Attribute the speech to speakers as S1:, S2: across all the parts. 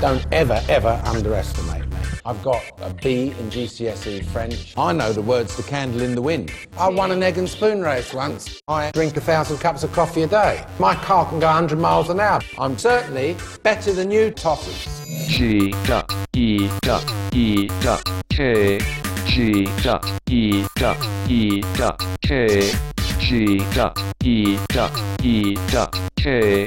S1: Don't ever, ever underestimate me. I've got a B in GCSE E French. I know the words to Candle in the Wind. I won an egg and spoon race once. I drink a thousand cups of coffee a day. My car can go 100 miles an hour. I'm certainly better than you toffers.
S2: G dot E dot E dot K G dot E dot E dot K G dot E dot E dot K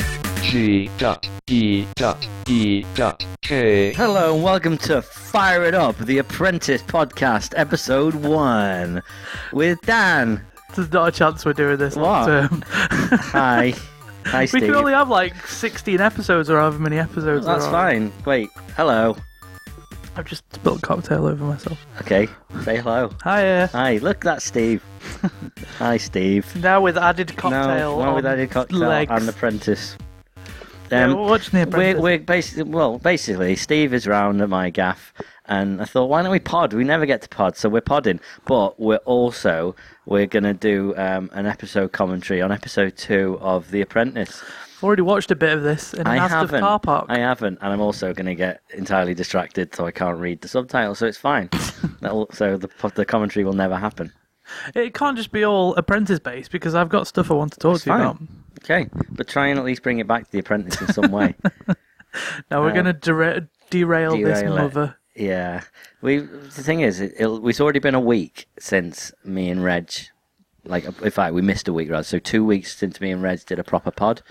S2: G dot E dot E dot K
S3: Hello and welcome to Fire It Up, the Apprentice Podcast, Episode 1, with Dan.
S4: There's not a chance we're doing this
S3: What?
S4: long term.
S3: Hi. Hi,
S4: we
S3: Steve.
S4: can only have like 16 episodes or however many episodes.
S3: That's
S4: there are.
S3: fine. Wait, hello.
S4: I've just spilled cocktail over myself.
S3: Okay, say hello.
S4: Hiya.
S3: Hi, look, that's Steve. Hi, Steve.
S4: Now with added cocktail.
S3: no, not with
S4: on
S3: added cocktail
S4: Legs.
S3: and Apprentice. Um,
S4: Yeah, we're watching The
S3: We're,
S4: Apprentice.
S3: we're basically well, basically Steve is round at my gaff, and I thought, why don't we pod? We never get to pod, so we're podding. But we're also we're gonna do um, an episode commentary on episode two of The Apprentice.
S4: I've already watched a bit of this in
S3: I
S4: an Asda
S3: haven't,
S4: car park.
S3: I haven't, and I'm also gonna get entirely distracted, so I can't read the subtitles. So it's fine. That'll, so the pod- the commentary will never happen.
S4: It can't just be all apprentice based because I've got stuff I want to talk to you
S3: fine.
S4: about.
S3: Okay, but try and at least bring it back to The Apprentice in some way.
S4: Now we're
S3: Uh,
S4: going to dera- derail, Oh, this
S3: derail it.
S4: mother.
S3: Yeah, we. The thing is, it, it'll, it's already been a week since me and Reg, like, in fact, we missed a week, right? So two weeks since me and Reg did a proper pod.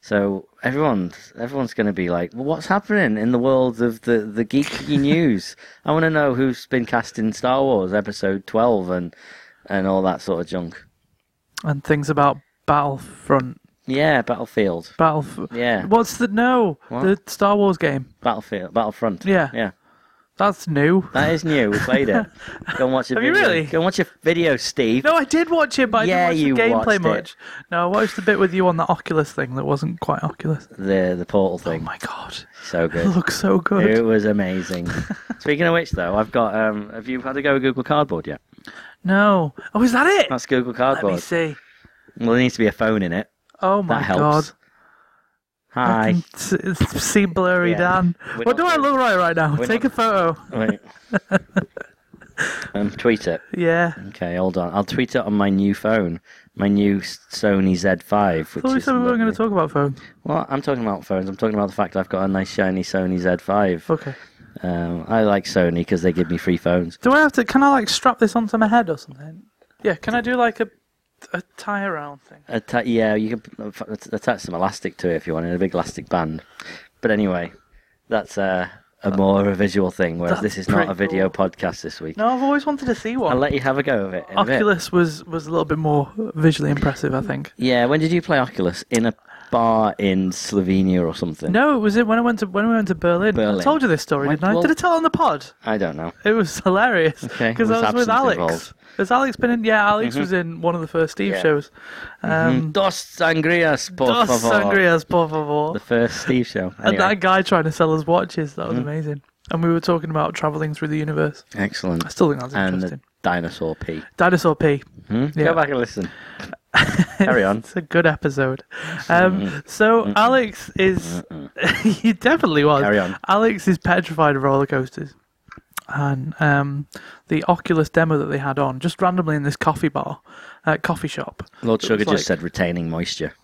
S3: So everyone's everyone's going to be like, well, what's happening in the world of the the geeky news? I want to know who's been cast in Star Wars Episode Twelve and and all that sort of junk.
S4: And things about Battlefront.
S3: Yeah, Battlefield,
S4: Battlef-
S3: Yeah.
S4: What's the. No.
S3: What?
S4: The Star Wars game.
S3: Battlefield, Battlefront.
S4: Yeah.
S3: yeah.
S4: That's new.
S3: That is new. We played it. Go and watch a
S4: Have you
S3: video.
S4: really?
S3: Go and watch a video, Steve.
S4: No, I did watch it, but
S3: Yeah,
S4: I
S3: you
S4: didn't watch
S3: watched
S4: the gameplay
S3: it.
S4: much. No, I watched the bit with you on the Oculus thing that wasn't quite Oculus.
S3: The the portal
S4: Oh
S3: thing.
S4: my god,
S3: So
S4: it
S3: good.
S4: looks so good.
S3: It was amazing. Speaking of which, though, I've got. Um, have you had a go at Google Cardboard yet?
S4: No, oh, is that it?
S3: That's Google
S4: Let me
S3: Cardboard.
S4: see.
S3: Well, there needs to be a phone in it.
S4: Oh my
S3: that helps.
S4: god, I
S3: Hi.
S4: can s- s- see blurry
S3: Yeah.
S4: Dan.
S3: We're
S4: What
S3: not
S4: do I
S3: doing-
S4: look like right now?
S3: we're
S4: Take
S3: not-
S4: a photo.
S3: Wait. um, tweet it.
S4: Yeah,
S3: Okay, hold on. I'll tweet it on my new phone, my new S- Sony Z5. Which
S4: thought we
S3: is
S4: said we were going
S3: lovely.
S4: to talk about phone.
S3: Well, I'm talking about phones. I'm talking about the fact I've got a nice shiny Sony Z5.
S4: Okay.
S3: Um, I like Sony because they give me free phones.
S4: Do I have to? Can I like strap this onto my head or something? Yeah. Can I do like a a tie around thing?
S3: Atta- yeah, you can p- f- att- attach some elastic to it if you want, in a big elastic band. But anyway, that's uh, a more a visual thing, whereas
S4: That's
S3: this is not a
S4: pretty
S3: video podcast this week.
S4: No, I've always wanted to see
S3: I'll
S4: one.
S3: let you have a go of it. In a bit.
S4: Oculus was was a little bit more visually impressive, I think.
S3: Yeah, when did you play Oculus? In a bar in Slovenia or something?
S4: No, it was it when I went to when we went to Berlin.
S3: Berlin.
S4: I told you this story,
S3: When-
S4: didn't I?
S3: well-
S4: Did I tell it on the pod?
S3: I don't know.
S4: It was hilarious
S3: Okay,
S4: because
S3: was
S4: I was
S3: absence
S4: with Alex.
S3: involved? Mm-hmm.
S4: Has Alex been in? Yeah, Alex was in one of the first Steve
S3: Yeah.
S4: shows. Um,
S3: Dos sangrias, por
S4: Dos
S3: favor.
S4: sangrias, por favor.
S3: The first Steve show.
S4: And
S3: Anyway, Mm-hmm.
S4: that guy trying to sell us watches. That was amazing. And we were talking about traveling through the universe.
S3: Excellent.
S4: I still think that's
S3: And the
S4: interesting.
S3: dinosaur pee.
S4: Dinosaur P.
S3: Hmm?
S4: Yeah.
S3: Go back and listen. Carry on.
S4: It's a good episode.
S3: Mm-hmm.
S4: Um, so Alex is he definitely was.
S3: Carry on.
S4: Alex is petrified of roller coasters. And um, the Oculus demo that they had on, just randomly in this coffee bar, uh, coffee shop.
S3: Lord
S4: It
S3: Sugar
S4: was
S3: just
S4: like-
S3: said retaining moisture.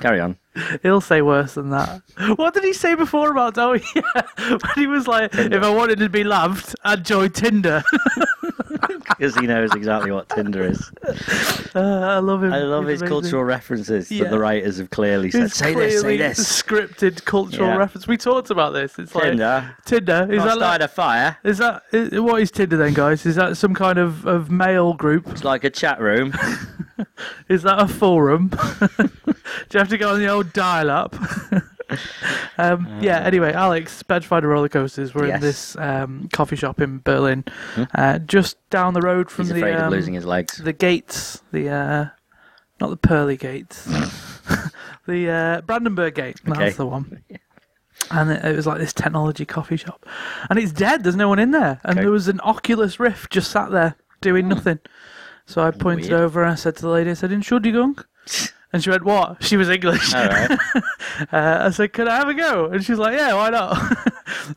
S3: Carry on.
S4: He'll say worse than that. What did he say before about? Oh yeah, when he was like, if I wanted to be loved, I'd join Tinder.
S3: because he knows exactly what Tinder is.
S4: Uh, I love him.
S3: I love
S4: He's
S3: his
S4: amazing.
S3: cultural references that
S4: Yeah.
S3: the writers have clearly said.
S4: It's
S3: Say this, say
S4: clearly
S3: this.
S4: Scripted cultural
S3: Yeah.
S4: reference. We talked about this. It's like
S3: Tinder.
S4: Tinder. Is
S3: Is that
S4: that like,
S3: a fire?
S4: Is that i what is Tinder then, guys? Is that some kind of, of male group?
S3: It's like a chat room.
S4: Is that a forum? Do you have to go on the old dial up? um, yeah, anyway, Alex, petrified of roller coasters. We're
S3: Uh. Yes. Hmm.
S4: in this um, coffee shop in Berlin, uh, just down the road from
S3: He's
S4: the,
S3: afraid of
S4: um,
S3: losing his legs.
S4: the gates, the uh, not the pearly gates, the uh, Brandenburg Gate.
S3: Okay.
S4: That's the one. And it it was like this technology coffee shop, and it's dead. There's no one in there,
S3: Okay.
S4: and
S3: Hmm.
S4: there was an Oculus Rift just sat there doing nothing. So I pointed
S3: Weird.
S4: over and I said to the lady, I said, "Entschuldigung," And she went, "What?" She was English.
S3: All right.
S4: Uh, I said, "Can I have a go?" And she's like, "Yeah, why not?"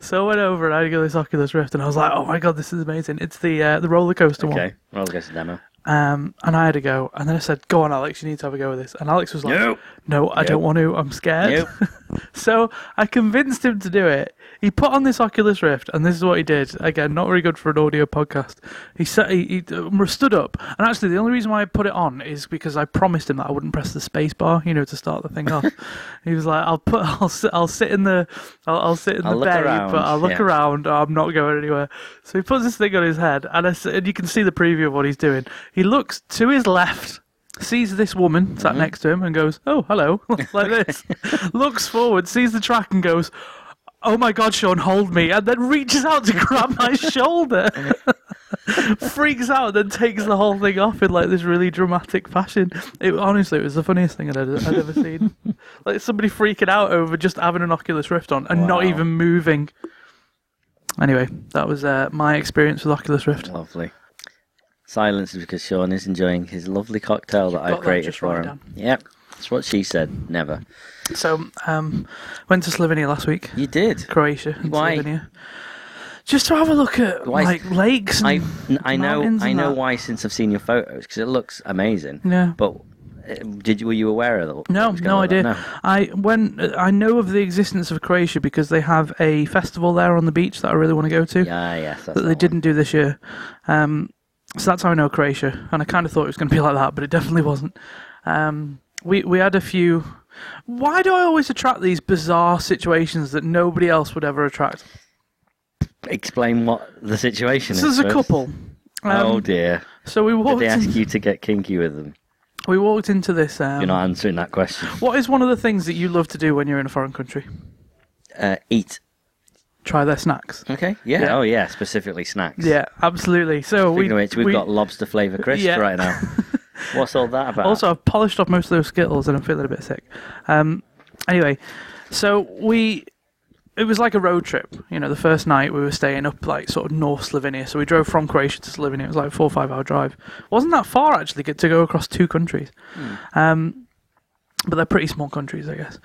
S4: so I went over and I got this Oculus Rift, and I was like, "Oh my god, this is amazing! It's the uh, the roller coaster
S3: Okay. Roller coaster demo.
S4: one." Um, and I had a go, and then I said, "Go on, Alex, you need to have a go with this." And Alex was like,
S3: Nope.
S4: "No, I don't want to. I'm scared."
S3: Nope.
S4: So I convinced him to do it. He put on this Oculus Rift, and this is what he did. Again, not very good for an audio podcast. He sat, he, he uh, stood up, and actually, the only reason why I put it on is because I promised him that I wouldn't press the space bar, you know, to start the thing off. he was like, "I'll put, I'll sit, I'll sit in the, I'll, I'll sit in
S3: I'll
S4: the
S3: look
S4: bay,
S3: around,
S4: but I'll look
S3: yeah.
S4: around. "Oh, I'm not going anywhere." So he puts this thing on his head, and, I s and you can see the preview of what he's doing. He looks to his left sees this woman sat next to him and goes, "Oh, hello," like this. Looks forward, sees the track and goes, "Oh my God, Sean, hold me!" And then reaches out to grab my shoulder. Freaks out, then takes the whole thing off in like this really dramatic fashion. It honestly, it was the funniest thing I'd, I'd ever seen. Like somebody freaking out over just having an Oculus Rift on and not
S3: Wow.
S4: even moving. Anyway, that was uh, my experience with Oculus Rift.
S3: Lovely. Silence is because Sean is enjoying his lovely cocktail that
S4: got
S3: I've
S4: that
S3: created
S4: just
S3: for
S4: right
S3: him. Yep. That's what she said. Never.
S4: So, um, went to Slovenia last week.
S3: You did.
S4: Croatia and
S3: Why?
S4: Slovenia. Just to have a look at
S3: Why?
S4: like lakes. And,
S3: I I know
S4: mountains
S3: I
S4: and
S3: know
S4: that.
S3: why since I've seen your photos because it looks amazing.
S4: Yeah.
S3: But uh, did you were you aware of that?
S4: no,
S3: it was gonna
S4: no
S3: look
S4: idea.
S3: like-
S4: I when I know of the existence of Croatia because they have a festival there on the beach that I really want to go to
S3: Yeah, yes. That's
S4: that
S3: the
S4: they
S3: one.
S4: didn't do this year. Um, so that's how I know Croatia, and I kind of thought it was going to be like that, but it definitely wasn't. Um, we we had a few. Why do I always attract these bizarre situations that nobody else would ever attract?
S3: explain what the situation
S4: This
S3: is.
S4: is a
S3: first.
S4: couple.
S3: oh
S4: Um,
S3: dear.
S4: so we
S3: Did
S4: walked.
S3: they ask
S4: in-
S3: you to get kinky with them?
S4: we walked into this. Um,
S3: You're not answering that question.
S4: What is one of the things that you love to do when you're in a foreign country?
S3: Uh, eat.
S4: Try their snacks.
S3: Okay. Yeah.
S4: Yeah.
S3: Oh yeah. Specifically snacks.
S4: Yeah, absolutely. So
S3: Speaking
S4: we,
S3: of which, we've
S4: we
S3: got lobster flavour crisps
S4: Yeah.
S3: right now. What's all that about?
S4: also I've polished off most of those skittles and I'm feeling a bit sick. Um, anyway, so we it was like a road trip. You know, the first night we were staying up like sort of North Slovenia, so we drove from Croatia to Slovenia. It was like a four or five hour drive. wasn't that far actually get- to go across two countries, um, but they're pretty small countries, I guess.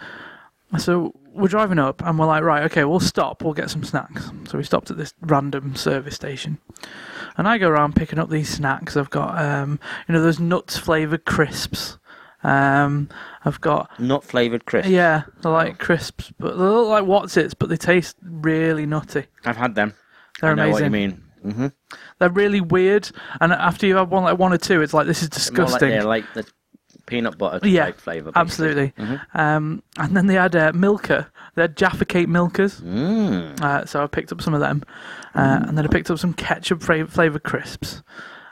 S4: So we're driving up and we're like, right, okay, we'll stop, we'll get some snacks. So we stopped at this random service station. And I go around picking up these snacks. I've got, um, you know, those nuts flavored crisps. Um, I've got,
S3: nut flavoured crisps. Oh.
S4: yeah, they're like crisps, but they look like Watsits, but they taste really nutty.
S3: I've had them.
S4: They're
S3: I know
S4: amazing.
S3: what you mean. Mm-hmm.
S4: They're really weird. And after you have one, like one or two, it's like, this is
S3: More like,
S4: disgusting.
S3: yeah, like the peanut butter
S4: Yeah,
S3: type flavour. basically.
S4: Absolutely.
S3: Mm-hmm.
S4: Um, and then they had uh, Milka. They had Jaffa Cake Milkers. Mm. Uh, so I picked up some of them. Uh,
S3: Mm.
S4: And then I picked up some ketchup fra- flavoured crisps.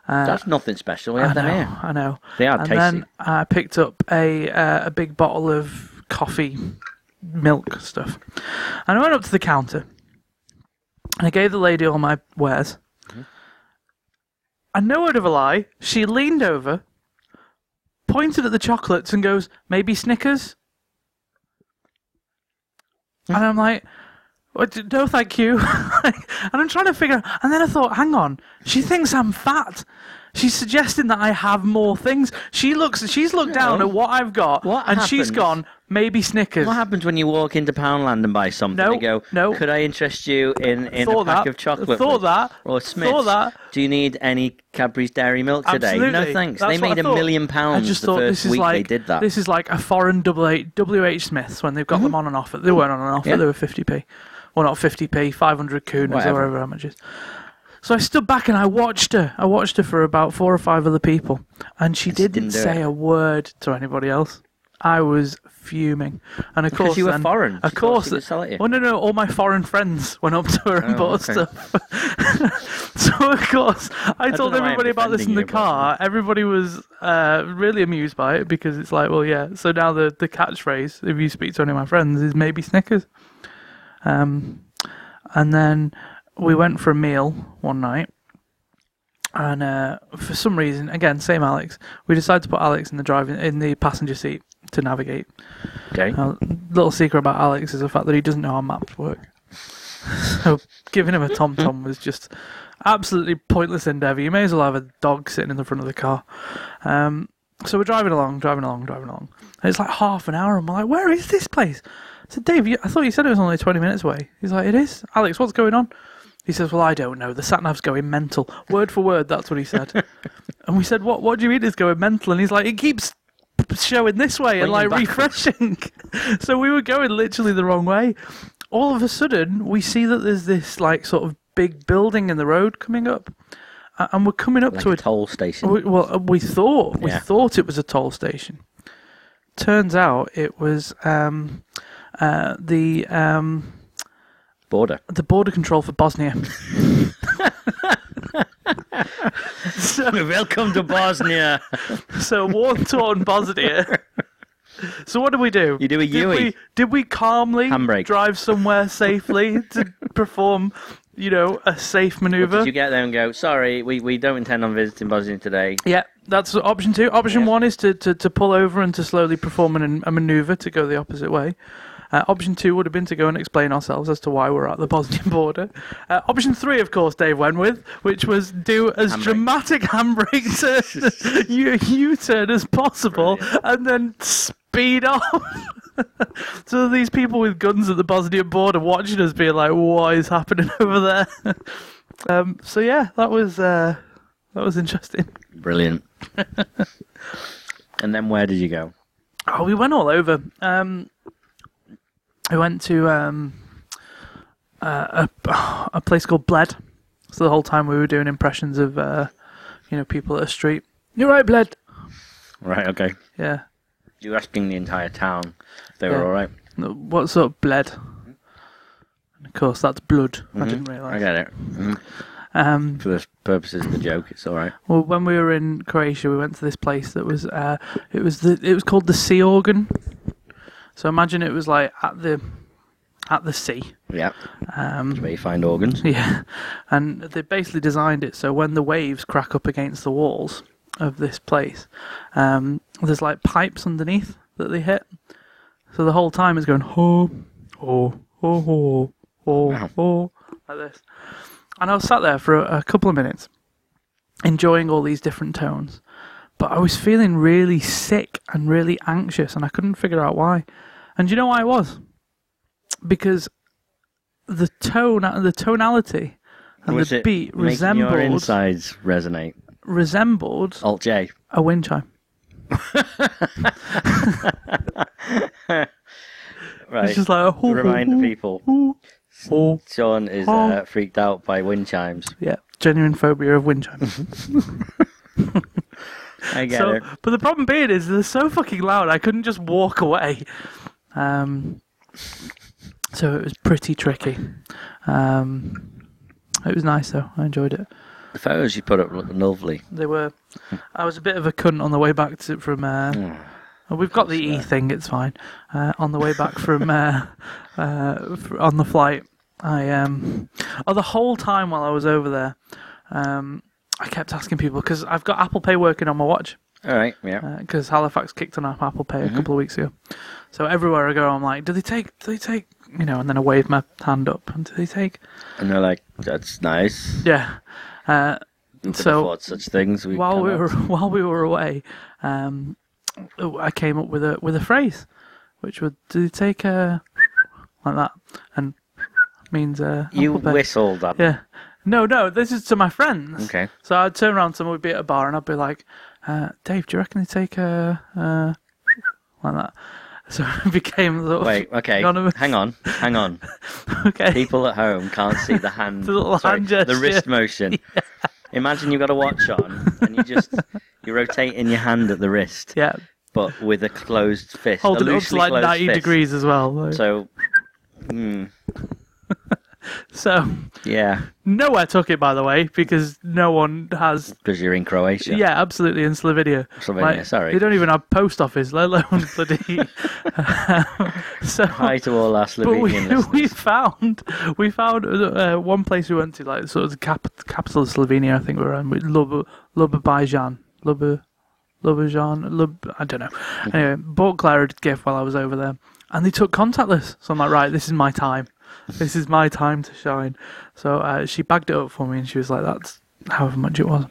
S3: That's nothing special. We
S4: I
S3: have
S4: know.
S3: them here.
S4: I know.
S3: They are
S4: and
S3: tasty.
S4: then I picked up a, uh, a big bottle of coffee milk stuff. And I went up to the counter. And I gave the lady all my wares.
S3: Mm-hmm.
S4: And no word of a lie, she leaned over, pointed at the chocolates, and goes, "Maybe Snickers." and I'm like, "What d- "No, thank you." and I'm trying to figure. And then I thought, "Hang on, she thinks I'm fat." She's suggesting that I have more things. She looks. She's looked down
S3: No.
S4: at what I've got,
S3: What
S4: and she's
S3: happens-
S4: gone. Maybe Snickers.
S3: What happens when you walk into Poundland and buy something?
S4: No,
S3: they go,
S4: no.
S3: Could I interest you in, in a
S4: Thought
S3: pack
S4: that,
S3: of chocolate?
S4: thought
S3: with-
S4: that,
S3: Or Smith's?
S4: thought that.
S3: Do you need any Cadbury's Dairy Milk today? No
S4: Absolutely.
S3: thanks.
S4: That's
S3: they
S4: what
S3: made
S4: I
S3: a
S4: thought.
S3: million
S4: I
S3: pounds
S4: just
S3: the
S4: thought
S3: first
S4: this is
S3: week
S4: like
S3: they did that. Mm-hmm.
S4: this is like a foreign double H- WH Smiths when they've got them on and off. They weren't on and off, but
S3: Yeah.
S4: they were 50p. Well, not 50p, 500 kunas or
S3: Whatever.
S4: whatever how much it is. So I stood back and I watched her. I watched her for about four or five other people, and she didn't,
S3: didn't do
S4: say
S3: it.
S4: a word to anybody else. I was fuming, and of
S3: Because
S4: course
S3: you were
S4: then-
S3: foreign.
S4: Of
S3: She thought
S4: course,
S3: she would sell it to you.
S4: oh no, no, all my foreign friends went up to her and
S3: Oh,
S4: bought
S3: okay.
S4: stuff. so of course, I
S3: don't
S4: told
S3: know why I'm
S4: everybody about this in
S3: defending
S4: the
S3: you, but-
S4: car everybody was uh, really amused by it because it's like, well, yeah. So now the, the catchphrase, if you speak to any of my friends, is maybe Snickers. Um, and then we went for a meal one night. And uh, for some reason, again, same Alex, we decided to put Alex in the driving in the passenger seat to navigate.
S3: okay.
S4: Now, little secret about Alex is the fact that he doesn't know how maps work. so giving him a tom tom was just absolutely pointless endeavour. You may as well have a dog sitting in the front of the car. Um, so we're driving along, driving along, driving along. And it's like half an hour, and we're like, where is this place? I said, Dave, you, I thought you said it was only 20 minutes away. He's like, it is. Alex, what's going on? He says, well, I don't know. The sat nav's going mental. Word for word, that's what he said. and we said, what What do you mean it's going mental? And he's like, it keeps showing this way and like
S3: Pointing
S4: refreshing. so we were going literally the wrong way. All of a sudden, we see that there's this like sort of big building in the road coming up. A- And we're coming up
S3: Like
S4: to
S3: a
S4: it.
S3: toll station.
S4: We, well, uh, we thought we
S3: Yeah.
S4: thought it was a toll station. Turns out it was um, uh, the um,
S3: border.
S4: the border control for Bosnia.
S3: Welcome to Bosnia.
S4: so war torn Bosnia. So what do we do?
S3: You do a
S4: Did
S3: Yui.
S4: we, did we calmly
S3: Handbrake.
S4: drive somewhere safely to perform, you know, a safe maneuver?
S3: Did you get there and go, sorry, we, we don't intend on visiting Bosnia today.
S4: Yeah, that's option two. Option
S3: Yeah.
S4: one is to, to, to pull over and to slowly perform an, a maneuver to go the opposite way. Uh, option two would have been to go and explain ourselves as to why we're at the Bosnian border. Uh, option three, of course, Dave went with, which was do as dramatic handbrake turn, U- U-turn as possible, and then speed off. so these people with guns at the Bosnian border watching us, being like, "What is happening over there?" um, so yeah, that was uh, that was interesting.
S3: Brilliant. and then where did you go?
S4: Oh, we went all over. Um, we went to um, uh, a, a place called Bled. So the whole time we were doing impressions of, uh, you know, people at a street. You're right, Bled.
S3: Right, okay.
S4: Yeah.
S3: You were asking the entire town if they
S4: Yeah.
S3: were all right.
S4: No, What sort of Bled? And of course, that's blood. I didn't
S3: Mm-hmm. I
S4: realise.
S3: get it.
S4: Um,
S3: For the purposes of the joke, it's all right.
S4: well, when we were in Croatia, we went to this place that was, uh, it was the, it was called the Sea Organ. So imagine it was like at the, at the sea.
S3: Yeah. Um, where you find organs.
S4: Yeah, and they basically designed it so when the waves crack up against the walls of this place, um, there's like pipes underneath that they hit. So the whole time it's going ho, ho, ho, ho, ho, ho, like this. And I was sat there for a, a couple of minutes, enjoying all these different tones, but I was feeling really sick and really anxious, and I couldn't figure out why. And do you know why I was? Because the tone, uh, the tonality, and
S3: Was
S4: the
S3: it
S4: beat
S3: making your
S4: resembled
S3: insides resonate?
S4: resembled
S3: Alt J.
S4: a wind chime.
S3: Right.
S4: It's just like Oh, a hoo,
S3: Remind
S4: hoo, hoo,
S3: people.
S4: hoo, hoo.
S3: Sean
S4: oh.
S3: is uh, freaked out by wind chimes.
S4: Yeah, genuine phobia of wind chimes.
S3: I get
S4: so,
S3: it.
S4: but the problem being is they're so fucking loud. I couldn't just walk away. Um, so it was pretty tricky. Um, it was nice though. I enjoyed it.
S3: The photos you put up look lovely.
S4: They were. I was a bit of a cunt on the way back to from. Uh, oh, we've got the E thing. It's fine. Uh, on the way back from uh, uh, fr- on the flight, I um, oh the whole time while I was over there, um, I kept asking people because I've got Apple Pay working on my watch
S3: All right, yeah.
S4: because Uh, Halifax kicked on up Apple Pay
S3: Mm-hmm.
S4: a couple of weeks ago. So everywhere I go, I'm like, do they take? Do they take? You know, and then I wave my hand up, and do they take?
S3: and they're like, that's nice.
S4: Yeah. Uh,
S3: We could
S4: so-
S3: afford such things. We
S4: while we
S3: cannot.
S4: were while we were away, um, I came up with a with a phrase, which would do take a like that, and means uh,
S3: You
S4: Apple Pay.
S3: whistled that.
S4: Yeah. No, no, this is to my friends.
S3: Okay.
S4: So I'd turn around, someone would be at a bar, and I'd be like, uh, "Dave, do you reckon they take a uh, like that?" So it became sort of
S3: Wait, okay.
S4: anonymous.
S3: Hang on, hang on.
S4: okay.
S3: People at home can't see the hand,
S4: The little
S3: sorry,
S4: hand
S3: the
S4: gesture.
S3: wrist motion. Imagine you've got a watch on and you just you're rotating your hand at the wrist,
S4: Yeah,
S3: but with a closed fist, a
S4: hold it up to
S3: loosely
S4: like
S3: closed
S4: ninety
S3: fist.
S4: degrees as well. So,
S3: So, mm,
S4: so
S3: yeah,
S4: nowhere took it, by the way, because no one has
S3: because you're in Croatia.
S4: Yeah, absolutely. In Slovenia.
S3: Slovenia, sorry.
S4: They don't even have post office, let alone bloody. um, so.
S3: Hi to all our
S4: But we,
S3: Slovenian listeners.
S4: we found we found uh, one place we went to, like sort of the cap, capital of Slovenia, I think we were in, with Lub, Lubbijan, Lub, Lubbijan, Lub, I don't know.
S3: Mm.
S4: Anyway, bought Clara a gift while I was over there, and they took contactless. So I'm like, right, this is my time, this is my time to shine. So uh, she bagged it up for me, and she was like, that's however much it was.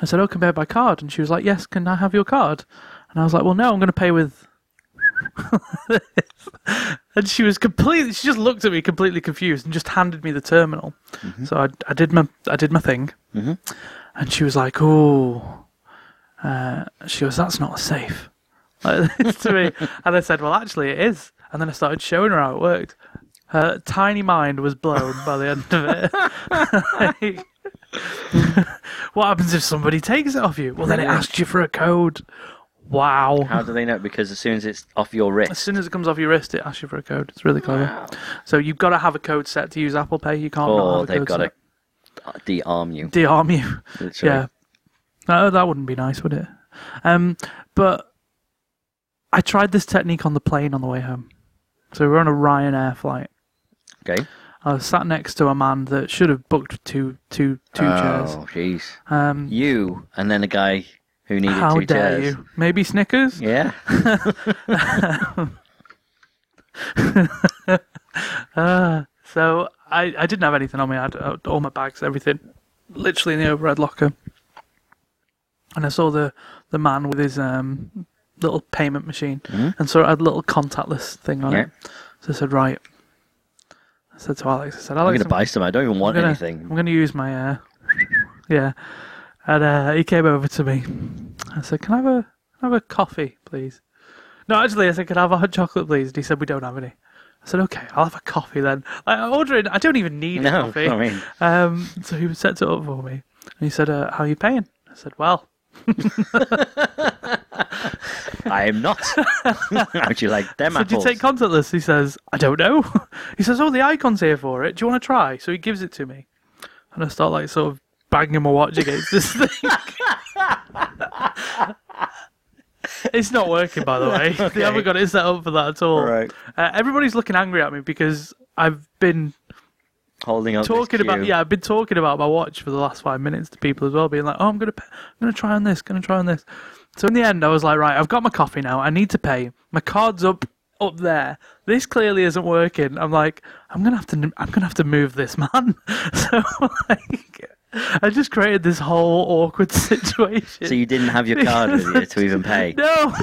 S4: I said, "Oh, can I pay by card?" And she was like, "Yes, can I have your card?" And I was like, "Well, no, I'm going to pay with." and she was completely. She just looked at me completely confused and just handed me the terminal. So I, I did my I did my thing, and she was like, "Oh," uh, she goes, "That's not safe." Like this to me, and I said, "Well, actually, it is." And then I started showing her how it worked. Her tiny mind was blown by the end of it. Like, what happens if somebody takes it off you? Well, then it asks you for a code. Wow.
S3: How do they know? Because as soon as it's off your
S4: As
S3: wrist, oh,
S4: soon as it comes off your wrist, it asks you for a code. It's really clever. So you've got to have a code set to use Apple Pay. You can't not
S3: or
S4: have a
S3: Oh, they've
S4: code
S3: got to
S4: set.
S3: de-arm you.
S4: de-arm you.
S3: literally.
S4: Yeah. No, that wouldn't be nice, would it? Um, but I tried this technique on the plane on the way home. So we were on a Ryanair flight.
S3: Okay.
S4: I was sat next to a man that should have booked two, two, two chairs.
S3: Oh, jeez.
S4: Um,
S3: You and then a guy who needed
S4: How
S3: two
S4: dare
S3: chairs.
S4: you? Maybe Snickers?
S3: Yeah.
S4: So I, I didn't have anything on me. I had uh, all my bags, everything, literally in the overhead locker. And I saw the, the man with his um, little payment machine, and saw it had a little contactless thing on
S3: Mm-hmm. Yeah.
S4: it. So I said, right. I said to Alex, I said,
S3: I'm
S4: Alex,
S3: gonna buy some. I don't even want
S4: gonna-
S3: anything.
S4: I'm gonna use my uh, yeah. And uh, he came over to me. I said, "Can I have a can I have a coffee, please?" No, actually, I said, "Can I have a hot chocolate, please?" And he said, "We don't have any." I said, "Okay, I'll have a coffee then." I ordered. I don't even need a
S3: No,
S4: coffee.
S3: I mean,
S4: Um, so he set it up for me, and he said, uh, "How are you paying?" I said, "Well."
S3: I am not. How'd you like them
S4: So do you
S3: apples?
S4: take contactless? He says, I don't know. He says, Oh, the icon's here for it. Do you want to try? So he gives it to me. And I start like sort of banging my watch against this thing. it's not working, by the way. They haven't got it set up for that at all.
S3: Right.
S4: Uh, everybody's looking angry at me because I've been
S3: Holding up. this
S4: talking about
S3: queue.
S4: yeah, I've been talking about my watch for the last five minutes to people as well, being like, oh, I'm gonna, pay, I'm gonna try on this, gonna try on this. So in the end, I was like, right, I've got my coffee now. I need to pay. My card's up, up there. This clearly isn't working. I'm like, I'm gonna have to, I'm gonna have to move this man. So like, I just created this whole awkward situation.
S3: So you didn't have your card with you to even pay
S4: no.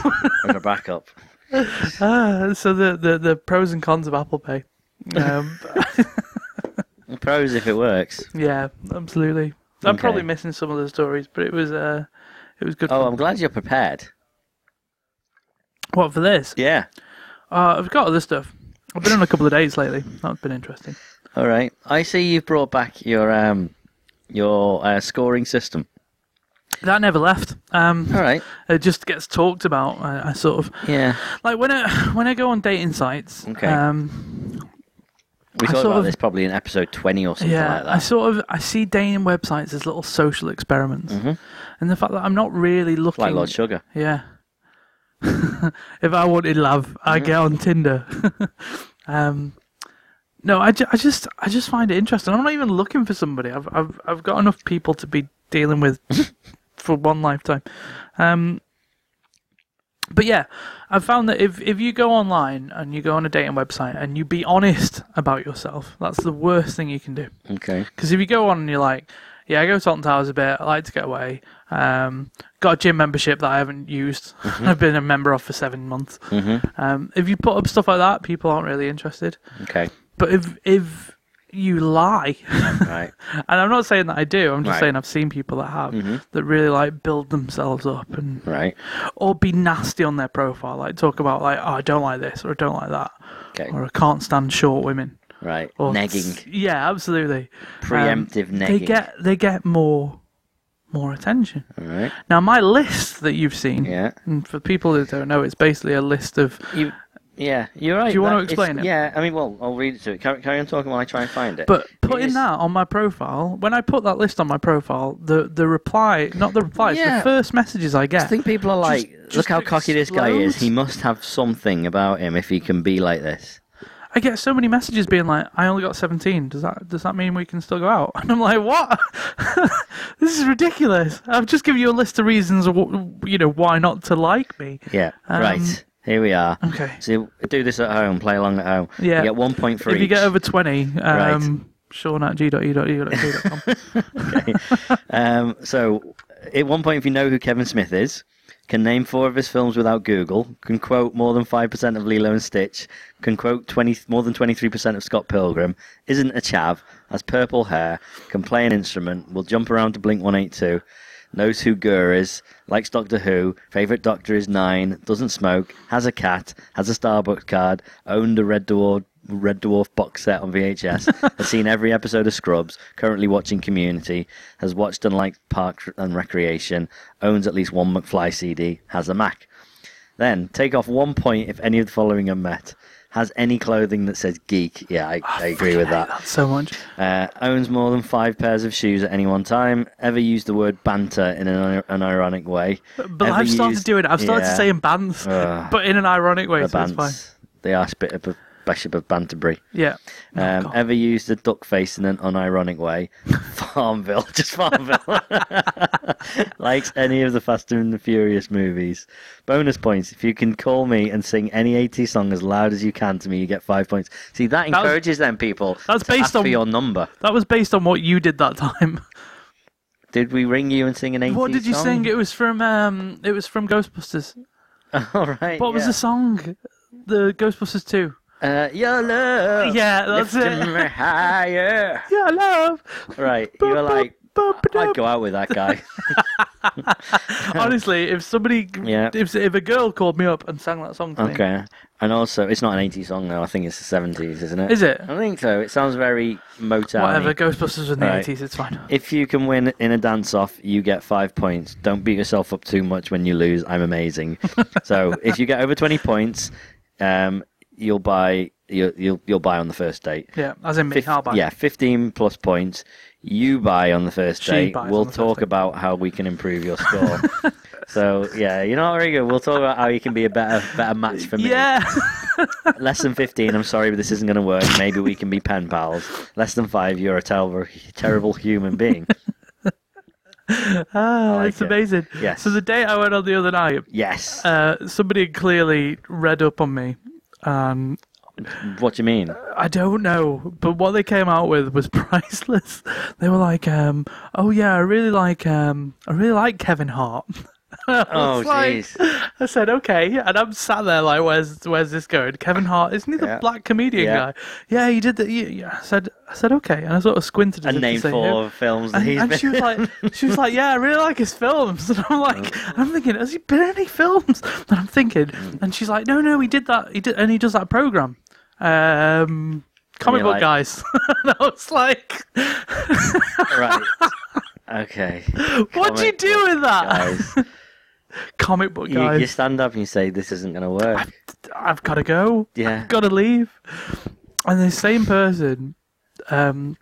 S3: as a backup.
S4: Uh, so the, the the pros and cons of Apple Pay. Um,
S3: Pros if it works.
S4: yeah, absolutely. I'm
S3: Okay.
S4: probably missing some of the stories, but it was uh, it was good.
S3: Oh,
S4: fun.
S3: I'm glad you're prepared.
S4: What for this?
S3: Yeah.
S4: Uh, I've got other stuff. I've been on a couple of dates lately. That's been interesting.
S3: All right. I see you've brought back your um your uh, scoring system.
S4: That never left. Um,
S3: All right.
S4: it just gets talked about. I, I sort of
S3: Yeah.
S4: like when I when I go on dating sites.
S3: Okay.
S4: Um,
S3: We talked
S4: I sort
S3: about
S4: of-
S3: this probably in episode 20 or something
S4: yeah,
S3: like
S4: I
S3: that.
S4: sort of I see dating websites as little social experiments, and the fact that I'm not really looking.
S3: Mm-hmm. Like Lord Sugar.
S4: Yeah. if I wanted love, I get on Tinder. um, no, I, ju- I just I just find it interesting. I'm not even looking for somebody. I've I've I've got enough people to be dealing with for one lifetime. Um, but yeah, I've found that if if you go online and you go on a dating website and you be honest about yourself, that's the worst thing you can do.
S3: Okay.
S4: Because if you go on and you're like, yeah, I go to Alton Towers a bit. I like to get away. Um, got a gym membership that I haven't used.
S3: Mm-hmm.
S4: I've been a member of for seven months. Um, if you put up stuff like that, people aren't really interested.
S3: Okay.
S4: But if if you lie,
S3: Right.
S4: and I'm not saying that I do. I'm just
S3: Right. Mm-hmm.
S4: saying I've seen people that have that really like build themselves up and
S3: Right.
S4: or be nasty on their profile, like talk about like, oh, I don't like this or I don't like that,
S3: Okay.
S4: or I can't stand short women.
S3: Right.
S4: Or
S3: Negging.
S4: Yeah, absolutely. Um,
S3: Preemptive
S4: They
S3: negging.
S4: get they get more more attention.
S3: All right.
S4: Now my list that you've seen,
S3: Yeah.
S4: and for people that don't know, it's basically a list of
S3: You, yeah, you're right.
S4: you wanna
S3: that is-
S4: explain it?
S3: Yeah, I mean, well, I'll read it to you. Carry, carry on talking while I try and find it.
S4: but
S3: It
S4: putting
S3: is-
S4: that on my profile, when I put that list on my profile, the the reply not the replies,
S3: Yeah.
S4: the first messages I get.
S3: I think people are like, look
S4: just
S3: how cocky this guy is.
S4: explodes.
S3: He must have something about him if he can be like this.
S4: I get so many messages being like, "I only got 17. Does that does that mean we can still go out?" And I'm like, "What? this is ridiculous. I've just given you a list of reasons, wh- you know, why not to like me."
S3: Yeah, right. Here we are.
S4: Um, Okay.
S3: So do this at home. Play along at home.
S4: Yeah.
S3: You get one point for
S4: if
S3: each.
S4: you get over 20, um, e Sean at g.e.e.u.k.
S3: um, so at one point, if you know who Kevin Smith is, can name four of his films without Google, can quote more than 5% of Lilo and Stitch, can quote 20, more than 23% of Scott Pilgrim, isn't a chav, has purple hair, can play an instrument, will jump around to Blink 182, knows who Gur is, likes Doctor Who, favourite Doctor is Nine, doesn't smoke, has a cat, has a Starbucks card, owned a Red Dwarf. Red Dwarf box set on VHS. has seen every episode of Scrubs. Currently watching Community. Has watched and liked Park and Recreation. Owns at least one McFly CD. Has a Mac. Then take off one point if any of the following are met. Has any clothing that says geek? Yeah, I, I agree with that.
S4: That's so much.
S3: Uh, owns more than five pairs of shoes at any one time. Ever used the word banter in an, an ironic way?
S4: But I've started doing it. I've started to say in bands,
S3: Ugh.
S4: but in an ironic way, so it's fine.
S3: They are bit of a bishop of Banterbury.
S4: Yeah. Oh,
S3: Um,
S4: God.
S3: ever used a duck face in an unironic way? Farmville, just Farmville. Likes any of the Fast and the Furious movies. Bonus points if you can call me and sing any 80s song as loud as you can to me, you get five points. See, that
S4: was-
S3: encourages them people.
S4: That's
S3: to
S4: based
S3: ask
S4: on-
S3: for your number.
S4: that was based on what you did that time.
S3: Did we ring you and sing an 80s
S4: What did you
S3: song?
S4: sing? It was from um, it was from Ghostbusters.
S3: All right.
S4: What was
S3: yeah.
S4: the song? The Ghostbusters two.
S3: Uh, your love.
S4: Yeah, that's
S3: lifting
S4: it.
S3: me higher.
S4: Yeah, love.
S3: Right, you were like, "Oh I'd
S4: Ba-ba-da.
S3: go out with that guy.
S4: Honestly, if somebody,
S3: Yeah.
S4: if, if a girl called me up and sang that song to me,
S3: Okay. And also, it's not an 80s song, though. I think it's the 70s, isn't it?
S4: Is it?
S3: I think so. It sounds very Motown.
S4: whatever, Ghostbusters in the
S3: Right.
S4: 80s, it's fine.
S3: If you can win in a dance off, you get five points. Don't beat yourself up too much when you lose. I'm amazing. so if you get over 20 points, um, you'll buy. You'll, you'll you'll buy on the first date.
S4: Yeah, as in me,
S3: Fif-
S4: how about
S3: Yeah, 15 plus points. You buy on the first
S4: She
S3: date.
S4: buys
S3: We'll
S4: on the first
S3: talk
S4: date.
S3: about how we can improve your score. so, yeah, you're not very good. We'll talk about how you can be a better better match for me.
S4: Yeah.
S3: Less than 15, I'm sorry, but this isn't going to work. Maybe we can be pen pals. Less than 5, you're a terrible, terrible human being.
S4: Ah,
S3: like
S4: it's
S3: it.
S4: amazing.
S3: Yes.
S4: So the day I went on the other night,
S3: Yes.
S4: uh, somebody had clearly read up on me. Um,
S3: what do you mean?
S4: I don't know, but what they came out with was priceless. They were like, um, "Oh yeah, I really like, um, I really like Kevin Hart." I
S3: Oh,
S4: was like-
S3: jeez.
S4: I said, "Okay," and I'm sat there like, "Where's, where's this going?" Kevin Hart, isn't he the
S3: Yeah.
S4: black comedian
S3: Yeah.
S4: guy? Yeah, he did that. Yeah, yeah. I said, I said, okay, and I sort of squinted. as
S3: A
S4: if to
S3: name
S4: say, "Who?"
S3: for films that
S4: And,
S3: he's
S4: and
S3: been Oh.
S4: she was like, she was like, yeah, I really like his films. And I'm like, I'm thinking, has he been in any films? And I'm thinking,
S3: Mm.
S4: and she's like, no, no, he did that. He did, and he does that program, um, comic
S3: you're
S4: book
S3: like-
S4: guys. and I was like,
S3: Right. Okay.
S4: what do you
S3: Comic
S4: do with that?
S3: Guys,
S4: Comic book
S3: you, you
S4: guys.
S3: stand up and you say, this isn't going to work.
S4: I've got to go.
S3: Yeah.
S4: I've got to leave. And the same person um,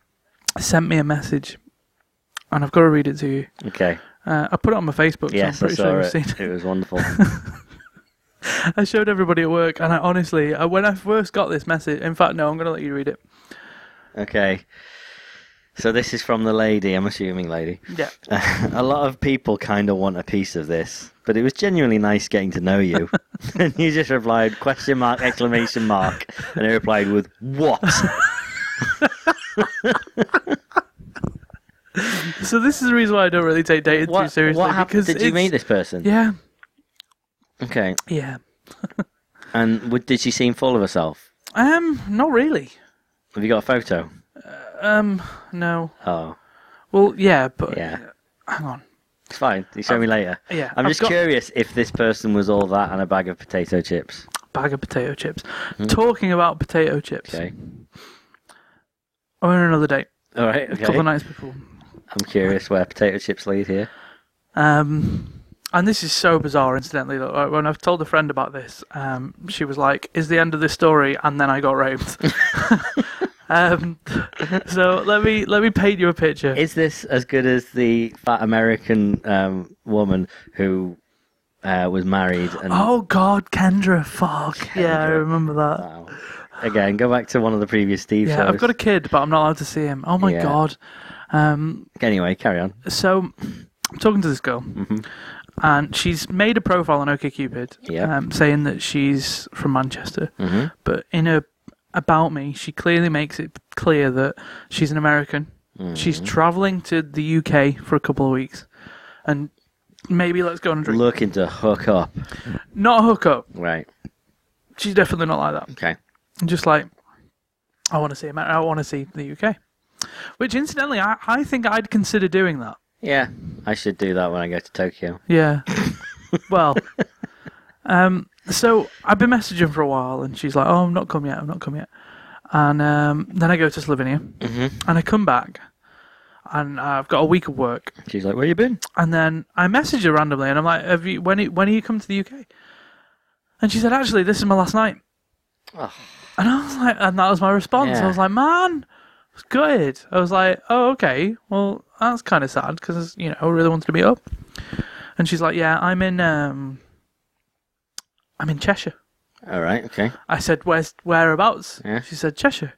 S4: sent me a message, and I've got to read it to you.
S3: Okay.
S4: Uh, I put it on my Facebook.
S3: Yes,
S4: so I'm
S3: I
S4: pretty
S3: saw
S4: sure you've
S3: it.
S4: seen it.
S3: It was wonderful.
S4: I showed everybody at work, and I honestly, I, when I first got this message, in fact, no, I'm going to let you read it.
S3: Okay. So this is from the lady, I'm assuming lady.
S4: Yeah.
S3: a lot of people kind of want a piece of this, but it was genuinely nice getting to know you. and you just replied, question mark, exclamation mark. And I replied with, what?
S4: So this is the reason why I don't really take dating too
S3: what
S4: seriously.
S3: what happened?
S4: because
S3: Did you
S4: it's-
S3: meet this person?
S4: Yeah,
S3: Okay.
S4: yeah.
S3: And w- did she seem full of herself?
S4: Um, not really.
S3: Have you got a photo?
S4: Um, no.
S3: Oh,
S4: Well, yeah, but
S3: yeah.
S4: Uh, hang on.
S3: It's fine. You show me later.
S4: yeah,
S3: I'm
S4: I've
S3: just
S4: got-
S3: curious if this person was all that and a bag of potato chips.
S4: Bag of potato chips. Talking about potato chips.
S3: Mm. Okay.
S4: I went on another date
S3: All right.
S4: a couple
S3: Okay.
S4: of nights before.
S3: I'm curious where potato chips lead here.
S4: Um, and this is so bizarre, incidentally. That like, when I've told a friend about this, um, she was like, "Is the end of the story?" And then I got raped. um, so let me let me paint you a picture.
S3: Is this as good as the fat American um, woman who uh, was married? And
S4: oh God, Kendra, fuck. Yeah, I
S3: Kendra.
S4: remember that.
S3: Wow. again, go back to one of the previous Steve
S4: yeah,
S3: shows.
S4: I've got a kid, but I'm not allowed to see him. Oh my
S3: Yeah.
S4: God. Um,
S3: Anyway, carry on.
S4: so I'm talking to this girl,
S3: Mm-hmm.
S4: and she's made a profile on OkCupid,
S3: Yeah.
S4: um, saying that she's from Manchester.
S3: Mhm.
S4: But in her about me, she clearly makes it clear that she's an American. She's traveling to the UK for a couple of weeks, and maybe let's go on a drink.
S3: Looking to hook up.
S4: Not hook up.
S3: Right.
S4: She's definitely not like that.
S3: Okay.
S4: I'm just like, I want to see America. I want to see the UK. Which, incidentally, I, I think I'd consider doing that.
S3: Yeah, I should do that when I go to Tokyo.
S4: Yeah. well, um, so I've been messaging for a while, and she's like, "Oh, I'm not come yet. I'm not come yet." And um, then I go to Slovenia, and I come back, and I've got a week of work,
S3: She's like, "Where you been?"
S4: and then I message her randomly, and I'm like, "Have you when? When are you come to the UK?" And she said, "Actually, this is my last night." And I was like, and that was my response. I
S3: Yeah.
S4: was like, "Man, it's good." I was like, "Oh, okay. Well, that's kind of sad because you know I really wanted to meet up." And she's like, "Yeah, I'm in, um, I'm in Cheshire."
S3: All right. Okay.
S4: I said, "Where's whereabouts?"
S3: Yeah. um,
S4: She said, "Cheshire."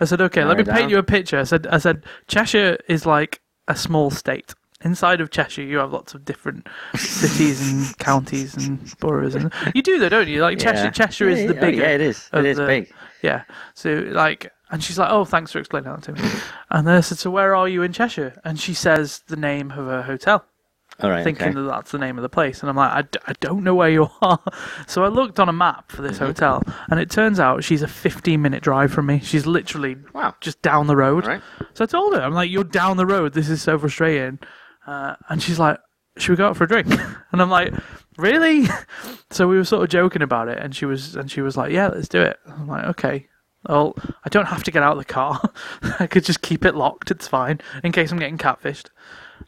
S4: I said, "Okay, let me
S3: Narrow
S4: paint
S3: down.
S4: you a picture." I said, "I said Cheshire is like a small state. Inside of Cheshire, you have lots of different cities and counties and boroughs, and you do though, don't you? Like Cheshire,
S3: Yeah.
S4: Cheshire is
S3: Yeah,
S4: the
S3: oh,
S4: bigger.
S3: yeah, it is.
S4: of
S3: It is
S4: the-
S3: big.
S4: Yeah. So like, and she's like, "Oh, thanks for explaining that to me." And then I said, "So where are you in Cheshire?" And she says the name of her hotel
S3: All right.
S4: thinking
S3: okay.
S4: that that's the name of the place. And I'm like, I, d- I don't know where you are. So I looked on a map for
S3: Mm-hmm.
S4: this hotel, and it turns out she's a 15 minute drive from me. She's literally
S3: Wow.
S4: just down the road.
S3: All right.
S4: So I told her, I'm like, you're down the road. This is so frustrating. Uh, and she's like, should we go out for a drink? And I'm like, really? So we were sort of joking about it, and she was, and she was like, yeah, let's do it. I'm like, okay. Well, I don't have to get out of the car. I could just keep it locked. It's fine in case I'm getting catfished.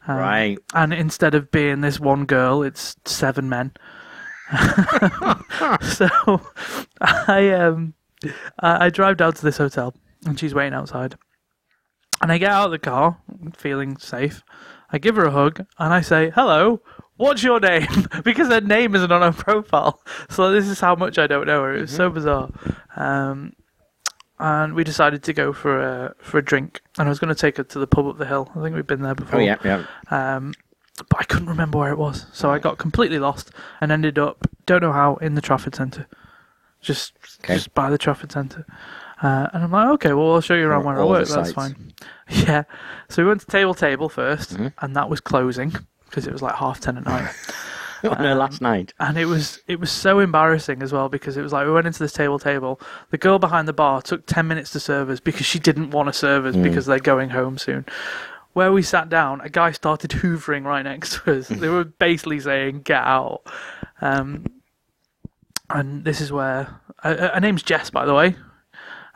S4: uh,
S3: right.
S4: And instead of being this one girl, it's seven men. so I um I, I drive down to this hotel and she's waiting outside. And I get out of the car, feeling safe. I give her a hug and I say, Hello, what's your name? because her name isn't on her profile. So this is how much I don't know her. It was
S3: Mm-hmm.
S4: so bizarre. Um, and we decided to go for a for a drink. And I was going to take her to the pub up the hill. I think we've been there
S3: Oh
S4: before
S3: yeah. Yeah.
S4: but I couldn't remember where it was, so I got completely lost and ended up, don't know how, in the Trafford Centre, just
S3: Okay.
S4: just by the Trafford Centre. Uh, and I'm like, okay, well, I'll show you around
S3: There
S4: where
S3: are
S4: I
S3: all the
S4: work.
S3: sites.
S4: That's fine. Yeah. So we went to Table Table 1st
S3: Mm-hmm.
S4: and that was closing because it was like half ten at night
S3: oh,
S4: Um,
S3: no, last night.
S4: and it was it was so embarrassing as well because it was like we went into this table table the girl behind the bar took 10 minutes to serve us because she didn't want to serve us because they're going home soon where we sat down a guy started hoovering right next to us they were basically saying get out um, and this is where uh, uh, her name's jess by the way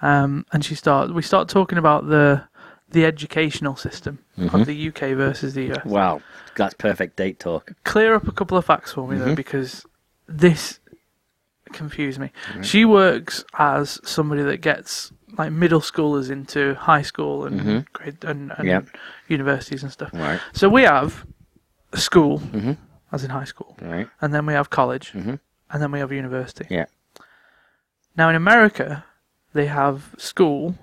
S4: um, and she start we start talking about the the educational system of the uk versus the us
S3: Wow. That's perfect date talk.
S4: clear up a couple of facts for me
S3: Mm-hmm.
S4: though because this confused me. She works as somebody that gets like middle schoolers into high school and grade and, and
S3: Yep.
S4: universities and stuff.
S3: Mm-hmm. Right. Mm-hmm.
S4: So we have school as in high school.
S3: Right.
S4: And then we have college. And then we have university.
S3: Mm-hmm. Yeah.
S4: Now in America they have school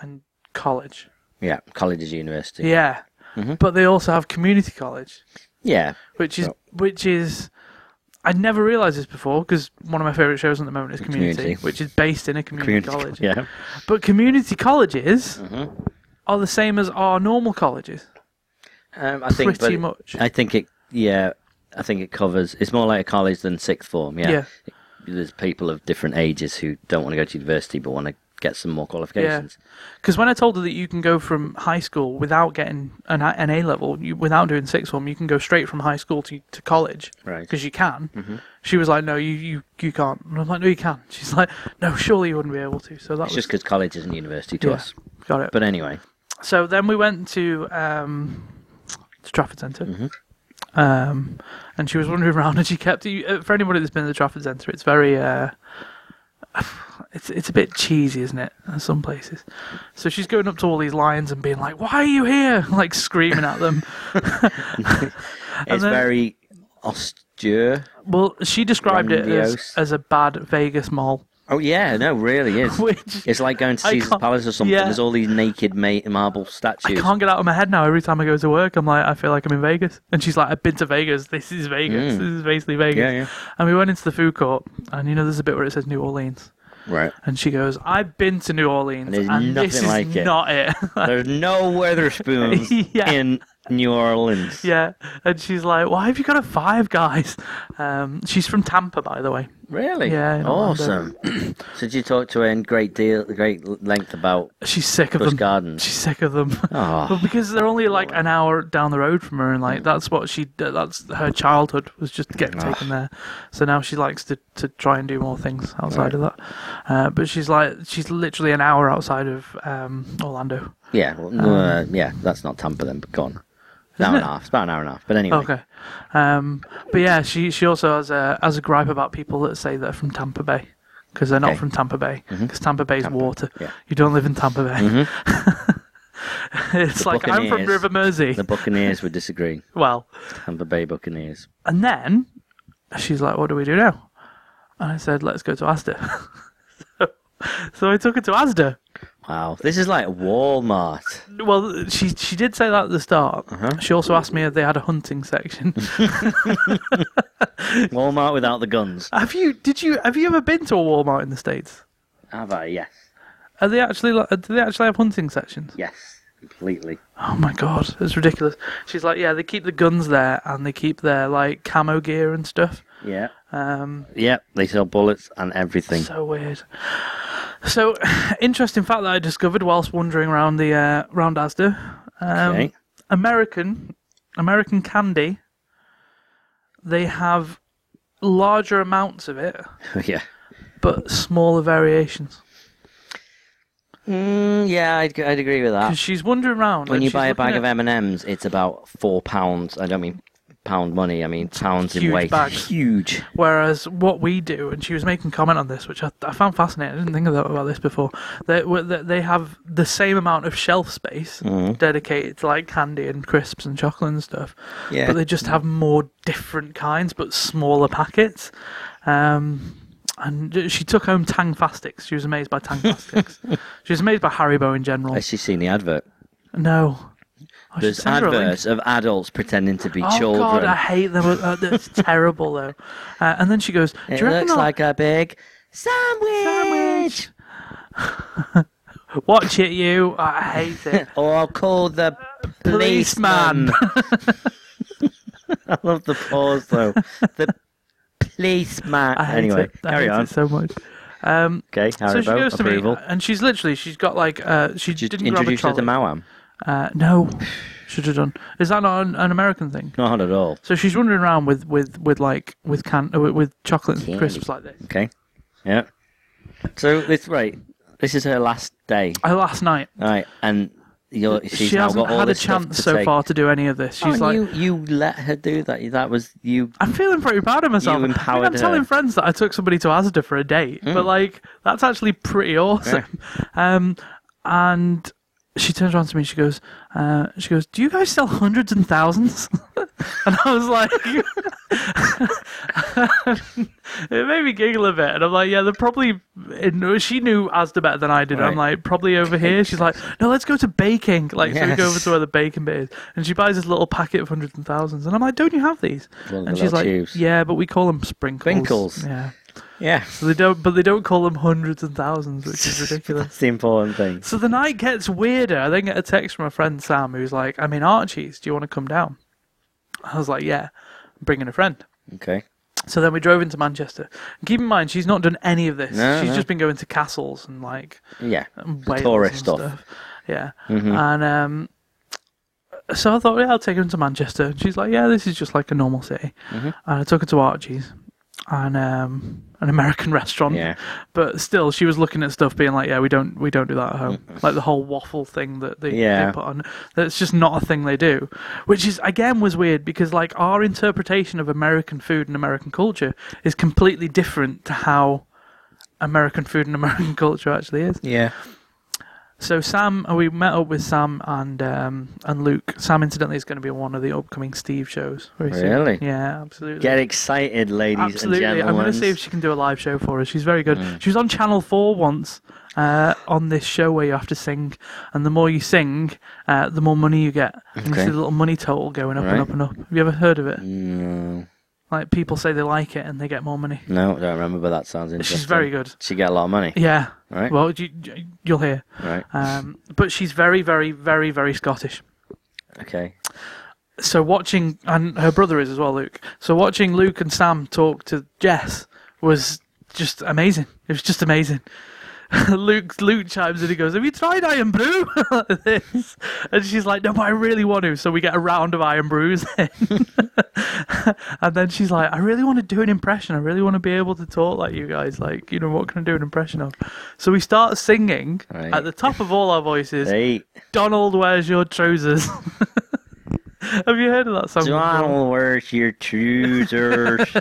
S4: and college.
S3: Yeah. Mm-hmm. College is university.
S4: Yeah. But they also have community college
S3: Yeah.
S4: which is
S3: So-
S4: which is I never realised this before because one of my favourite shows at the moment is Community,
S3: Community.
S4: which is based in a community,
S3: Community.
S4: college.
S3: Yeah. Mm-hmm.
S4: But community colleges are the same as our normal colleges.
S3: Um, I think
S4: Pretty
S3: but
S4: much.
S3: I think it. Yeah. I think it covers. It's more like a college than sixth form. Yeah.
S4: Yeah.
S3: There's people of different ages who don't want to go to university but want to get some more qualifications.
S4: Because when I told her that you can go from high school without getting an, A- an A level, you, without doing sixth form, you can go straight from high school to, to college.
S3: Right. Mm-hmm.
S4: Because you can. She was like, no, you, you, you can't. And I'm like, no, you can. She's like, no, surely you wouldn't be able to. So that
S3: It's
S4: was
S3: just because college isn't university to
S4: yeah,
S3: us.
S4: Got it.
S3: But anyway,
S4: so then we went to um, to Trafford center um, and she was wandering around, and she kept. you- uh, For anybody that's been to the Trafford Centre, it's very, uh, it's it's a bit cheesy, isn't it? In some places. So she's going up to all these lions and being like, "Why are you here?" Like screaming at them.
S3: it's
S4: then-
S3: very austere.
S4: well, she described it as,
S3: Grandiose.
S4: as a bad Vegas mall.
S3: Oh yeah, no, really is.
S4: Which-
S3: it's like going to
S4: I
S3: Caesar's
S4: can't-
S3: Palace or something.
S4: yeah.
S3: There's all these naked ma- marble
S4: I
S3: statues.
S4: can't get out of my head now. Every time I go to work, I'm like, I feel like I'm in Vegas. And she's like, I've been to Vegas. This is Vegas. This is basically Vegas.
S3: Mm. Yeah, yeah.
S4: And we went into the food court, and you know, there's a bit where it says New Orleans.
S3: Right.
S4: And she goes, I've been to New Orleans,
S3: there's
S4: and, this
S3: nothing like
S4: is
S3: it."
S4: not it.
S3: There's no Weatherspoons
S4: Yeah.
S3: in New Orleans.
S4: Yeah, and she's like, "Why have you got a Five Guys?" Um, she's from Tampa, by the way.
S3: Really?
S4: Yeah, in Orlando.
S3: Awesome. so did you talk to her in great deal, great length about?
S4: She's sick of
S3: Busch
S4: them.
S3: Gardens.
S4: She's sick of them.
S3: Oh. Mm.
S4: But because they're only like an hour down the road from her, and like that's what she that's her childhood was just getting
S3: Ah.
S4: taken there. So now she likes to, to try and do more things outside of that. Uh, but she's like she's literally an hour outside of um, Orlando.
S3: Yeah. Well, no, uh, yeah. That's not Tampa then, but gone. An hour and a half. It's about an hour and a half. But anyway.
S4: Okay, um, but yeah, she she also has a has a gripe about people that say they're from Tampa Bay because they're not
S3: Okay. Mm-hmm.
S4: from Tampa Bay because Tampa Bay's water.
S3: yeah. Mm-hmm.
S4: You don't live in Tampa Bay. it's
S3: The
S4: like I'm from
S3: Buccaneers.
S4: River Mersey.
S3: The Buccaneers would disagree.
S4: Well,
S3: Tampa Bay Buccaneers.
S4: and then she's like, "What do we do now?" And I said, "Let's go to Asda." so, so I took her to Asda.
S3: Wow. This is like Walmart.
S4: Well, she she did say that at the start. She also asked me if they had a hunting section.
S3: Walmart without the guns.
S4: have you did you have you ever been to a Walmart in the states?
S3: Have I? Yes.
S4: Are they actually like, do they actually have hunting sections?
S3: Yes. Completely.
S4: Oh my god, it's ridiculous. She's like, yeah, they keep the guns there and they keep their like camo gear and stuff.
S3: Yeah.
S4: Um,
S3: Yeah. They sell bullets and everything.
S4: so weird. So, interesting fact that I discovered whilst wandering around the uh, round Asda. Um,
S3: okay.
S4: American American candy. They have larger amounts of it,
S3: yeah.
S4: but smaller variations.
S3: Mm, yeah, I'd, I'd agree with that.
S4: Because she's wandering around.
S3: Ah. when
S4: and
S3: you
S4: she's
S3: buy a
S4: looking
S3: bag
S4: at
S3: of M and M's, it's about four pounds. I don't mean pound money. I mean pounds in
S4: huge
S3: weight.
S4: bags.
S3: Huge.
S4: Whereas what we do, and she was making comment on this, which I, I found fascinating. I didn't think of that about this before. That w- that they have the same amount of shelf space
S3: Mm-hmm.
S4: dedicated to like candy and crisps and chocolate and stuff,
S3: Yeah.
S4: but they just have more different kinds, but smaller packets. Um, and j- she took home Tang Fastics. She was amazed by Tang Fastics. she was amazed by Haribo in general.
S3: Has she seen the advert?
S4: Oh, no. I should
S3: There's
S4: send her a link.
S3: adverts of adults pretending to be
S4: Oh
S3: children.
S4: God, I hate them. Uh, That's terrible, though. Uh, and then she goes, "Do
S3: it
S4: you reckon
S3: looks
S4: I'll-
S3: like a big sandwich.
S4: Sandwich. Watch it, you. I hate it.
S3: Or call the
S4: Policeman.
S3: policeman. I love the pause though. The policeman.
S4: I hate
S3: Anyway,
S4: it. I
S3: carry
S4: hate
S3: on.
S4: it so much.
S3: Okay, Haribo
S4: so she goes to
S3: approval.
S4: me, and she's literally, she's got like, uh, she
S3: Just
S4: didn't grab a
S3: introduced her to
S4: trolley.
S3: Mawam.
S4: uh, no, should have done. Is that not an, an American thing?
S3: Not at all.
S4: So she's wandering around with with with like with can uh, with, with chocolate and crisps like this.
S3: Okay. Yeah. So this right. This is her last day.
S4: Uh, last night,
S3: All right, and you're, she's
S4: she
S3: now
S4: hasn't
S3: got all
S4: had a
S3: this stuff
S4: chance
S3: to
S4: so
S3: take.
S4: far to do any of this.
S3: Oh,
S4: She's like,
S3: you, you let her do that. That was you.
S4: I'm feeling pretty proud of myself.
S3: You uh,
S4: I
S3: empowered
S4: am telling
S3: her.
S4: friends that I took somebody to Asda for a date,
S3: Mm.
S4: but like that's actually pretty awesome. Um, and she turns around to me. She goes, uh, she goes, "Do you guys sell hundreds and thousands? and I was like, it made me giggle a bit. And I'm like, yeah, they're probably. and She knew Asda better than I did. I'm
S3: Right.
S4: like, probably over here. She's like, no, let's go to baking. Like, so we go over
S3: Yes.
S4: to where the bacon bit is, and she buys this little packet of hundreds and thousands. And I'm like, don't you have these?
S3: One of the
S4: and she's
S3: little
S4: like,
S3: tubes.
S4: yeah, but we call them sprinkles.
S3: Sprinkles.
S4: Yeah.
S3: Yeah,
S4: So they don't, but they don't call them hundreds and thousands, which is ridiculous.
S3: that's the important thing.
S4: So the night gets weirder. I then get a text from a friend Sam who's like, "I'm in Archie's. Do you want to come down?" I was like, "Yeah, I'm bringing a friend."
S3: Okay.
S4: So then we drove into Manchester. Keep in mind, she's not done any of this.
S3: No,
S4: she's
S3: no.
S4: just been going to castles and like
S3: Yeah.
S4: Wales
S3: tourist
S4: and
S3: stuff. Mm-hmm.
S4: Yeah. And um, so I thought, yeah, I'll take her to Manchester. And she's like, yeah, this is just like a normal city.
S3: Mm-hmm.
S4: And I took her to Archie's and um, an American restaurant.
S3: Yeah.
S4: But still, she was looking at stuff, being like, yeah, we don't we don't do that at home. like the whole waffle thing that they,
S3: Mm-hmm. Yeah.
S4: they put on. That's just not a thing they do. Which is again was weird because like our interpretation of American food and American culture is completely different to how. American food and American culture actually is.
S3: Yeah.
S4: So Sam, uh, we met up with Sam and um, and Luke. Sam, incidentally, is going to be on one of the upcoming Steve shows. very soon.
S3: Really?
S4: Yeah, absolutely.
S3: Get excited, ladies
S4: absolutely.
S3: and
S4: I'm
S3: gentlemen. Mm.
S4: going to see if she can do a live show for us. She's very good. She was on Channel Four once uh, on this show where you have to sing, and the more you sing, uh, the more money you get. And you
S3: Okay.
S4: see the little money total going up and
S3: Right.
S4: up and up. Have you ever heard of it?
S3: No,
S4: Like people say they like it and they get more money.
S3: Mm, no, don't remember. But that sounds interesting.
S4: She's very good.
S3: She get a lot of money.
S4: Yeah.
S3: Right.
S4: Well, you, you- you'll hear.
S3: Right.
S4: Um, but she's very, very, very, very Scottish.
S3: Okay.
S4: so watching and her brother is as well, Luke. So watching Luke and Sam talk to Jess was just amazing. It was just amazing. Luke Luke chimes in. He goes, "Have you tried Iron Brew?" Like this, and she's like, "No, but I really want to." So we get a round of Iron Brews, in. and then she's like, "I really want to do an impression. I really want to be able to talk like you guys. Like, you know, what can I do an impression of?" So we start singing
S3: Right.
S4: at the top of all our voices.
S3: Hey,
S4: Donald wears your trousers. Have you heard of that song? before?
S3: Donald, where's your choosers?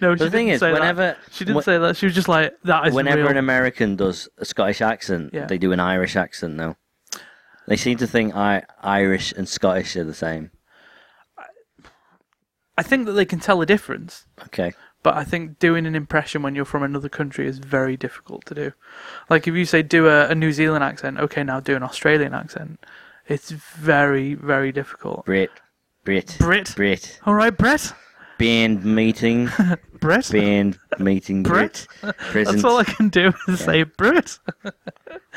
S4: No, she
S3: the thing
S4: didn't
S3: is,
S4: say that.
S3: whenever-
S4: she didn't
S3: when-
S4: say that, she was just like that is
S3: Whenever
S4: real.
S3: an American does a Scottish accent,
S4: Yeah.
S3: they do an Irish accent now. They seem to think I- Irish and Scottish are the same.
S4: I think that they can tell the difference,
S3: Okay.
S4: but I think doing an impression when you're from another country is very difficult to do. Like if you say do a, a New Zealand accent, okay, now do an Australian accent. It's very very difficult.
S3: Brit. Brit.
S4: Brit.
S3: Brit.
S4: All right, Brett.
S3: Band meeting.
S4: Brett.
S3: Band meeting. Brit. Present.
S4: That's all I can do is say Brit.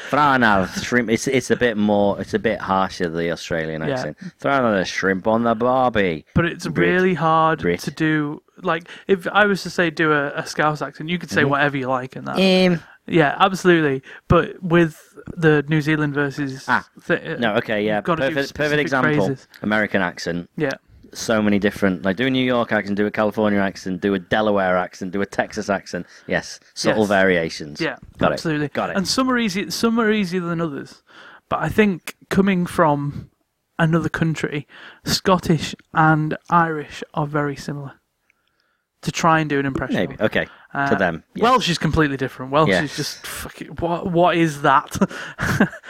S3: Throw another shrimp. It's it's a bit more. It's a bit harsher the Australian
S4: Yeah.
S3: accent. Throw another shrimp on the barbie.
S4: But it's
S3: Brit.
S4: really hard
S3: Brit.
S4: to do. Like, if I was to say do a, a Scouse accent, you could
S3: Mm-hmm.
S4: say whatever you like in that. Yeah,
S3: Um.
S4: absolutely. But with the New Zealand versus.
S3: Ah,
S4: thi-
S3: No. Okay. Yeah.
S4: you've gotta do
S3: Perfect. Perfect
S4: specific
S3: example.
S4: phrases.
S3: American accent.
S4: Yeah.
S3: So many different. Like do a New York accent. Do a California accent. Do a Delaware accent. Do a Texas accent. Yes. Subtle
S4: Yes.
S3: variations.
S4: Yeah,
S3: Got
S4: absolutely.
S3: It. Got it.
S4: And some are easy, some are easier than others. But I think coming from another country, Scottish and Irish are very similar. To try and do an impression.
S3: Maybe.
S4: of.
S3: Okay. to
S4: Uh,
S3: them. Yeah.
S4: Welsh is completely different. Welsh
S3: Yeah.
S4: is just fucking what? What is that?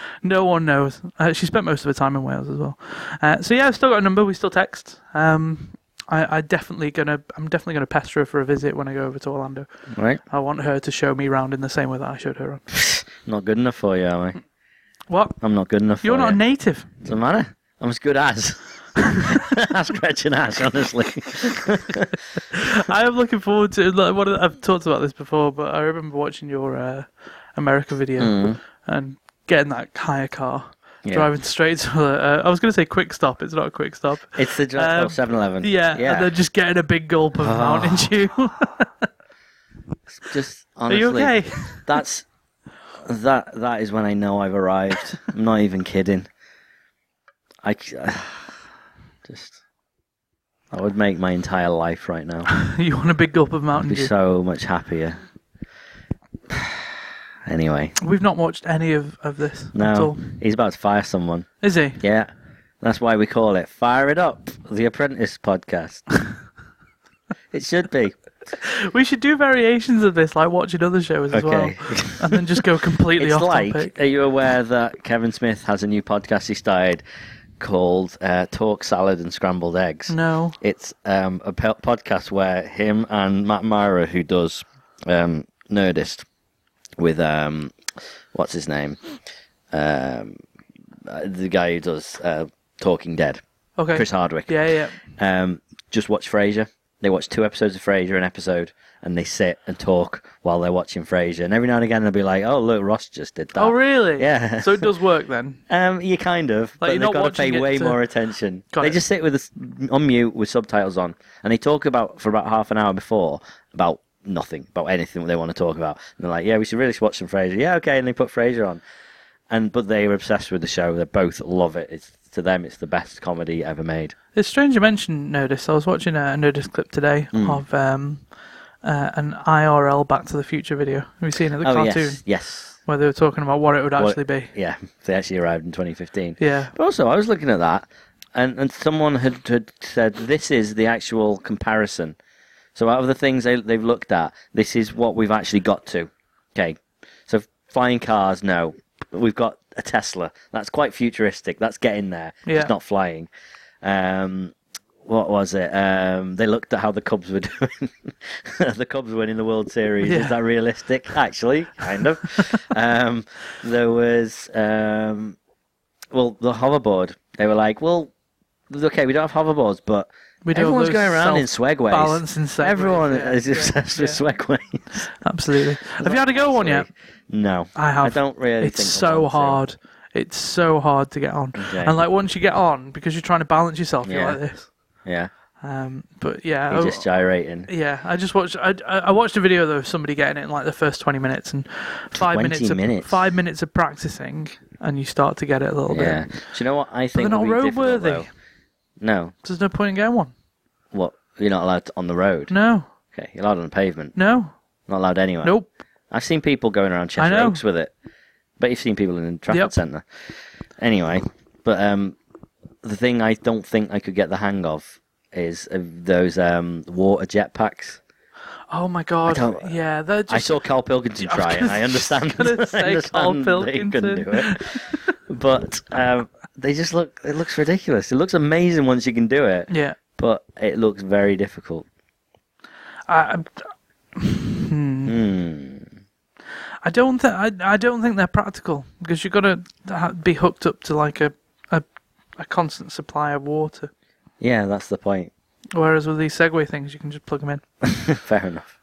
S4: no one knows. Uh, she spent most of her time in Wales as well. Uh, so yeah, I've still got a number. We still text. Um, I, I definitely gonna. I'm definitely gonna pester her for a visit when I go over to Orlando.
S3: Right.
S4: I want her to show me round in the same way that I showed her. Around.
S3: Not good enough for you, am I?
S4: What?
S3: I'm not good enough.
S4: You're
S3: for
S4: not
S3: you.
S4: a native.
S3: Doesn't matter. I'm as good as. I'm scratching ass, honestly.
S4: I am looking forward to. Like, what I've talked about this before, but I remember watching your uh, America video
S3: Mm.
S4: and getting that hire car.
S3: Yeah.
S4: Driving straight to a, uh, I was going to say quick stop. It's not a quick stop.
S3: It's the
S4: Um,
S3: job. Seven Eleven.
S4: Yeah, uh,
S3: Yeah. Ah.
S4: and they're just getting a big gulp of Mountain Dew.
S3: Just
S4: Are
S3: honestly,
S4: you okay?
S3: that's that. That is when I know I've arrived. I'm not even kidding. I c- just I would make my entire life right now.
S4: you want a big gulp of
S3: I'd
S4: Mountain
S3: be
S4: Dew?
S3: so much happier. Anyway,
S4: We've not watched any of, of this at
S3: no,
S4: all.
S3: he's about to fire someone.
S4: Is he?
S3: Yeah, that's why we call it "Fire It Up," the Apprentice podcast. it should be
S4: We should do variations of this, like watching other shows as
S3: okay.
S4: well, and then just go completely
S3: It's
S4: off
S3: like,
S4: topic.
S3: are you aware that Kevin Smith has a new podcast he started called uh, Talk Salad and Scrambled Eggs?
S4: No.
S3: It's um, a pe- podcast where him and Matt Myra, who does um, Nerdist with, um, what's his name? Um, uh, the guy who does uh, Talking Dead,
S4: Okay.
S3: Chris Hardwick.
S4: Yeah, yeah.
S3: Um, just watch Frasier. They watch two episodes of Frasier an episode, and they sit and talk while they're watching Frasier. And every now and again, they'll be like, "Oh, look, Ross just did that."
S4: Oh, really?
S3: Yeah.
S4: So it does work then.
S3: Um, you kind of,
S4: you're
S3: but
S4: not
S3: they've got to
S4: watching
S3: pay
S4: it
S3: way
S4: to-
S3: more attention.
S4: Got
S3: they
S4: it.
S3: just sit with us on mute with subtitles on, and they talk about for about half an hour before about nothing, about anything they want to talk about. And they're like, "Yeah, we should really watch some Frasier." Yeah, okay, and they put Frasier on, and but they are obsessed with the show. They both love it. It's to them, it's the best comedy ever made.
S4: It's strange you mentioned Nerdist. I was watching a Nerdist clip today
S3: Hmm.
S4: of um, uh, an IRL Back to the Future video. Have you seen it? The
S3: oh
S4: cartoon
S3: yes, yes.
S4: where they were talking about what it would
S3: Well,
S4: actually be.
S3: Yeah, they actually arrived in 2015.
S4: Yeah.
S3: But also, I was looking at that, and, and someone had, had said this is the actual comparison. So, out of the things they, they've looked at, this is what we've actually got to. Okay. So, flying cars, no. We've got a Tesla. That's quite futuristic. That's getting there.
S4: Yeah.
S3: It's not flying. Um, what was it? Um, they looked at how the Cubs were doing. the Cubs winning the World Series.
S4: Yeah.
S3: Is that realistic? Actually, kind of. um, there was, um, well, the hoverboard. They were like, well, okay, we don't have hoverboards, but
S4: We do have
S3: everyone's
S4: those
S3: going around in
S4: self-balancing
S3: swagways.
S4: segways,
S3: Everyone
S4: yeah,
S3: is
S4: yeah,
S3: obsessed with
S4: yeah.
S3: swagways.
S4: Absolutely. Have you had a go on yet?
S3: No,
S4: I have.
S3: I don't really.
S4: It's
S3: think I
S4: so
S3: want to.
S4: hard. It's so hard to get on.
S3: Okay.
S4: And like once you get on, because you're trying to balance yourself, you're
S3: Yeah.
S4: like this.
S3: Yeah,
S4: Um, but yeah,
S3: you're
S4: I-
S3: just gyrating.
S4: yeah. I just watched. I, I I watched a video though of somebody getting it in like the first twenty minutes and five
S3: 20
S4: minutes, of,
S3: minutes.
S4: five minutes of practicing, and you start to get it a little
S3: Yeah.
S4: bit.
S3: Do you know what I think?
S4: they're
S3: would
S4: not
S3: be difficult,
S4: roadworthy.
S3: though? No.
S4: There's no point in going one.
S3: What? You're not allowed to- on the road.
S4: No,
S3: Okay. You're allowed on the pavement.
S4: no,
S3: Not allowed anywhere.
S4: nope.
S3: I've seen people going around
S4: I
S3: Cheshire
S4: know.
S3: Oaks with it, but you've seen people in the Trafford
S4: Yep.
S3: Centre. Anyway, but um, the thing I don't think I could get the hang of is uh, those um, water jetpacks.
S4: Oh my god.
S3: don't-
S4: yeah, they're just
S3: I saw Carl Pilkington
S4: I was
S3: try it.
S4: gonna-
S3: I understand.
S4: I was gonna
S3: I
S4: say Carl
S3: understand that he couldn't do
S4: Pilkington.
S3: it, but um, they just look. It looks ridiculous. It looks amazing once you can do it,
S4: yeah.
S3: but it looks very difficult.
S4: I, I- Hmm. I don't think I, I don't think they're practical because you've got to ha- be hooked up to like a, a a constant supply of water.
S3: Yeah, that's the point.
S4: Whereas with these Segway things, you can just plug them in.
S3: Fair enough.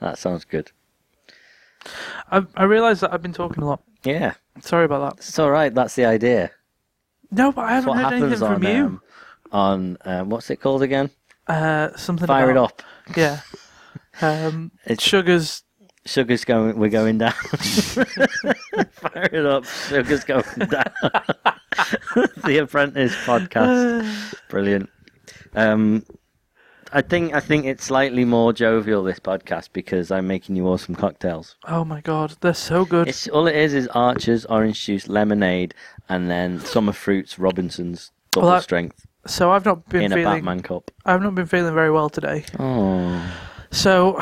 S3: That sounds good.
S4: I I realise that I've been talking a lot.
S3: Yeah,
S4: Sorry about that.
S3: it's all right. That's the idea.
S4: No, but I
S3: That's
S4: haven't
S3: what
S4: heard anything
S3: happens
S4: from
S3: on
S4: you.
S3: um, on um, what's it called again?
S4: uh, something.
S3: Fire it
S4: about,
S3: up.
S4: Yeah. Um,
S3: It's-
S4: sugars.
S3: Sugar's going. We're going down. Fire it up. Sugar's going down. the Apprentice podcast. Brilliant. Um, I think I think it's slightly more jovial this podcast because I'm making you awesome cocktails.
S4: Oh my god, they're so good.
S3: It's all it is is Archer's orange juice, lemonade, and then summer fruits Robinson's double
S4: Well, I-
S3: strength
S4: So I've not been
S3: in a
S4: feeling.
S3: Batman cup.
S4: I've not been feeling very well today.
S3: Oh,
S4: So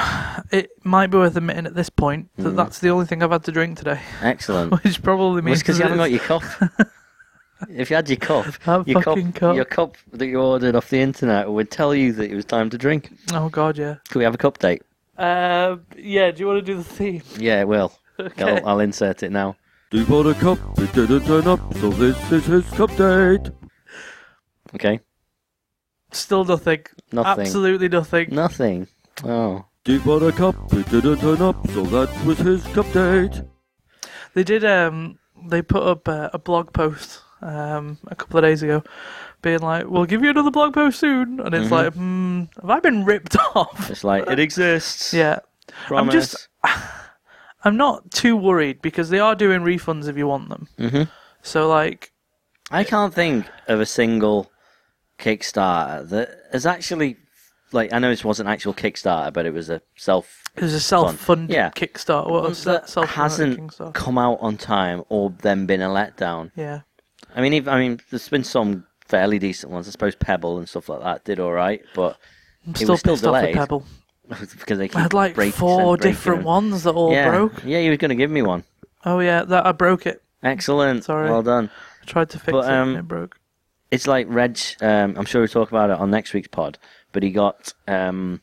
S4: it might be worth admitting at this point that that's the only thing I've had to drink today,
S3: excellent.
S4: which probably
S3: Hmm. Well,
S4: means
S3: it's because you haven't got
S4: it's-
S3: your cup. if you had your cup,
S4: That
S3: your
S4: fucking cup.
S3: your cup that you ordered off the internet would tell you that it was time to drink.
S4: Oh god, yeah.
S3: Could we have a cup date?
S4: Uh, yeah. Do you want to do the theme?
S3: Yeah, it will.
S4: Okay.
S3: I'll, I'll insert it now.
S5: Steve bought a cup, it didn't turn up, so this is his cup date.
S3: Okay,
S4: Still nothing.
S3: nothing.
S4: Absolutely nothing.
S3: Nothing. Oh,
S5: Steve bought a cup, it didn't turn up, so that was his cup date.
S4: They did. Um, they put up uh, a blog post um a couple of days ago, being like, "We'll give you another blog post soon," and
S3: Mm-hmm.
S4: it's like, hmm, have I been ripped off?
S3: it's like it exists.
S4: Uh, yeah.
S3: promise.
S4: just- I'm not too worried because they are doing refunds if you want them. Mm-hmm. So like,
S3: I can't think of a single Kickstarter that has actually, like, I know this wasn't actual Kickstarter, but it was a self
S4: it was a self-funded
S3: Yeah.
S4: Kickstarter. What was
S3: that
S4: that? Self-funded
S3: hasn't
S4: Kickstarter.
S3: come out on time or then been a letdown.
S4: Yeah.
S3: I mean, if, I mean, there's been some fairly decent ones. I suppose Pebble and stuff like that did all right, but
S4: I'm
S3: It
S4: still
S3: was still
S4: pissed off at
S3: delayed.
S4: Pebble.
S3: because they keep
S4: I had like
S3: breaking
S4: four
S3: and breaking
S4: different
S3: and-
S4: ones that all
S3: yeah.
S4: broke.
S3: Yeah, you were going to give me one.
S4: Oh yeah, that I broke it.
S3: Excellent.
S4: Sorry.
S3: Well done.
S4: I tried to fix
S3: But,
S4: it and
S3: um,
S4: it broke.
S3: It's like Reg. Um, I'm sure we'll talk about it on next week's pod. But he got um,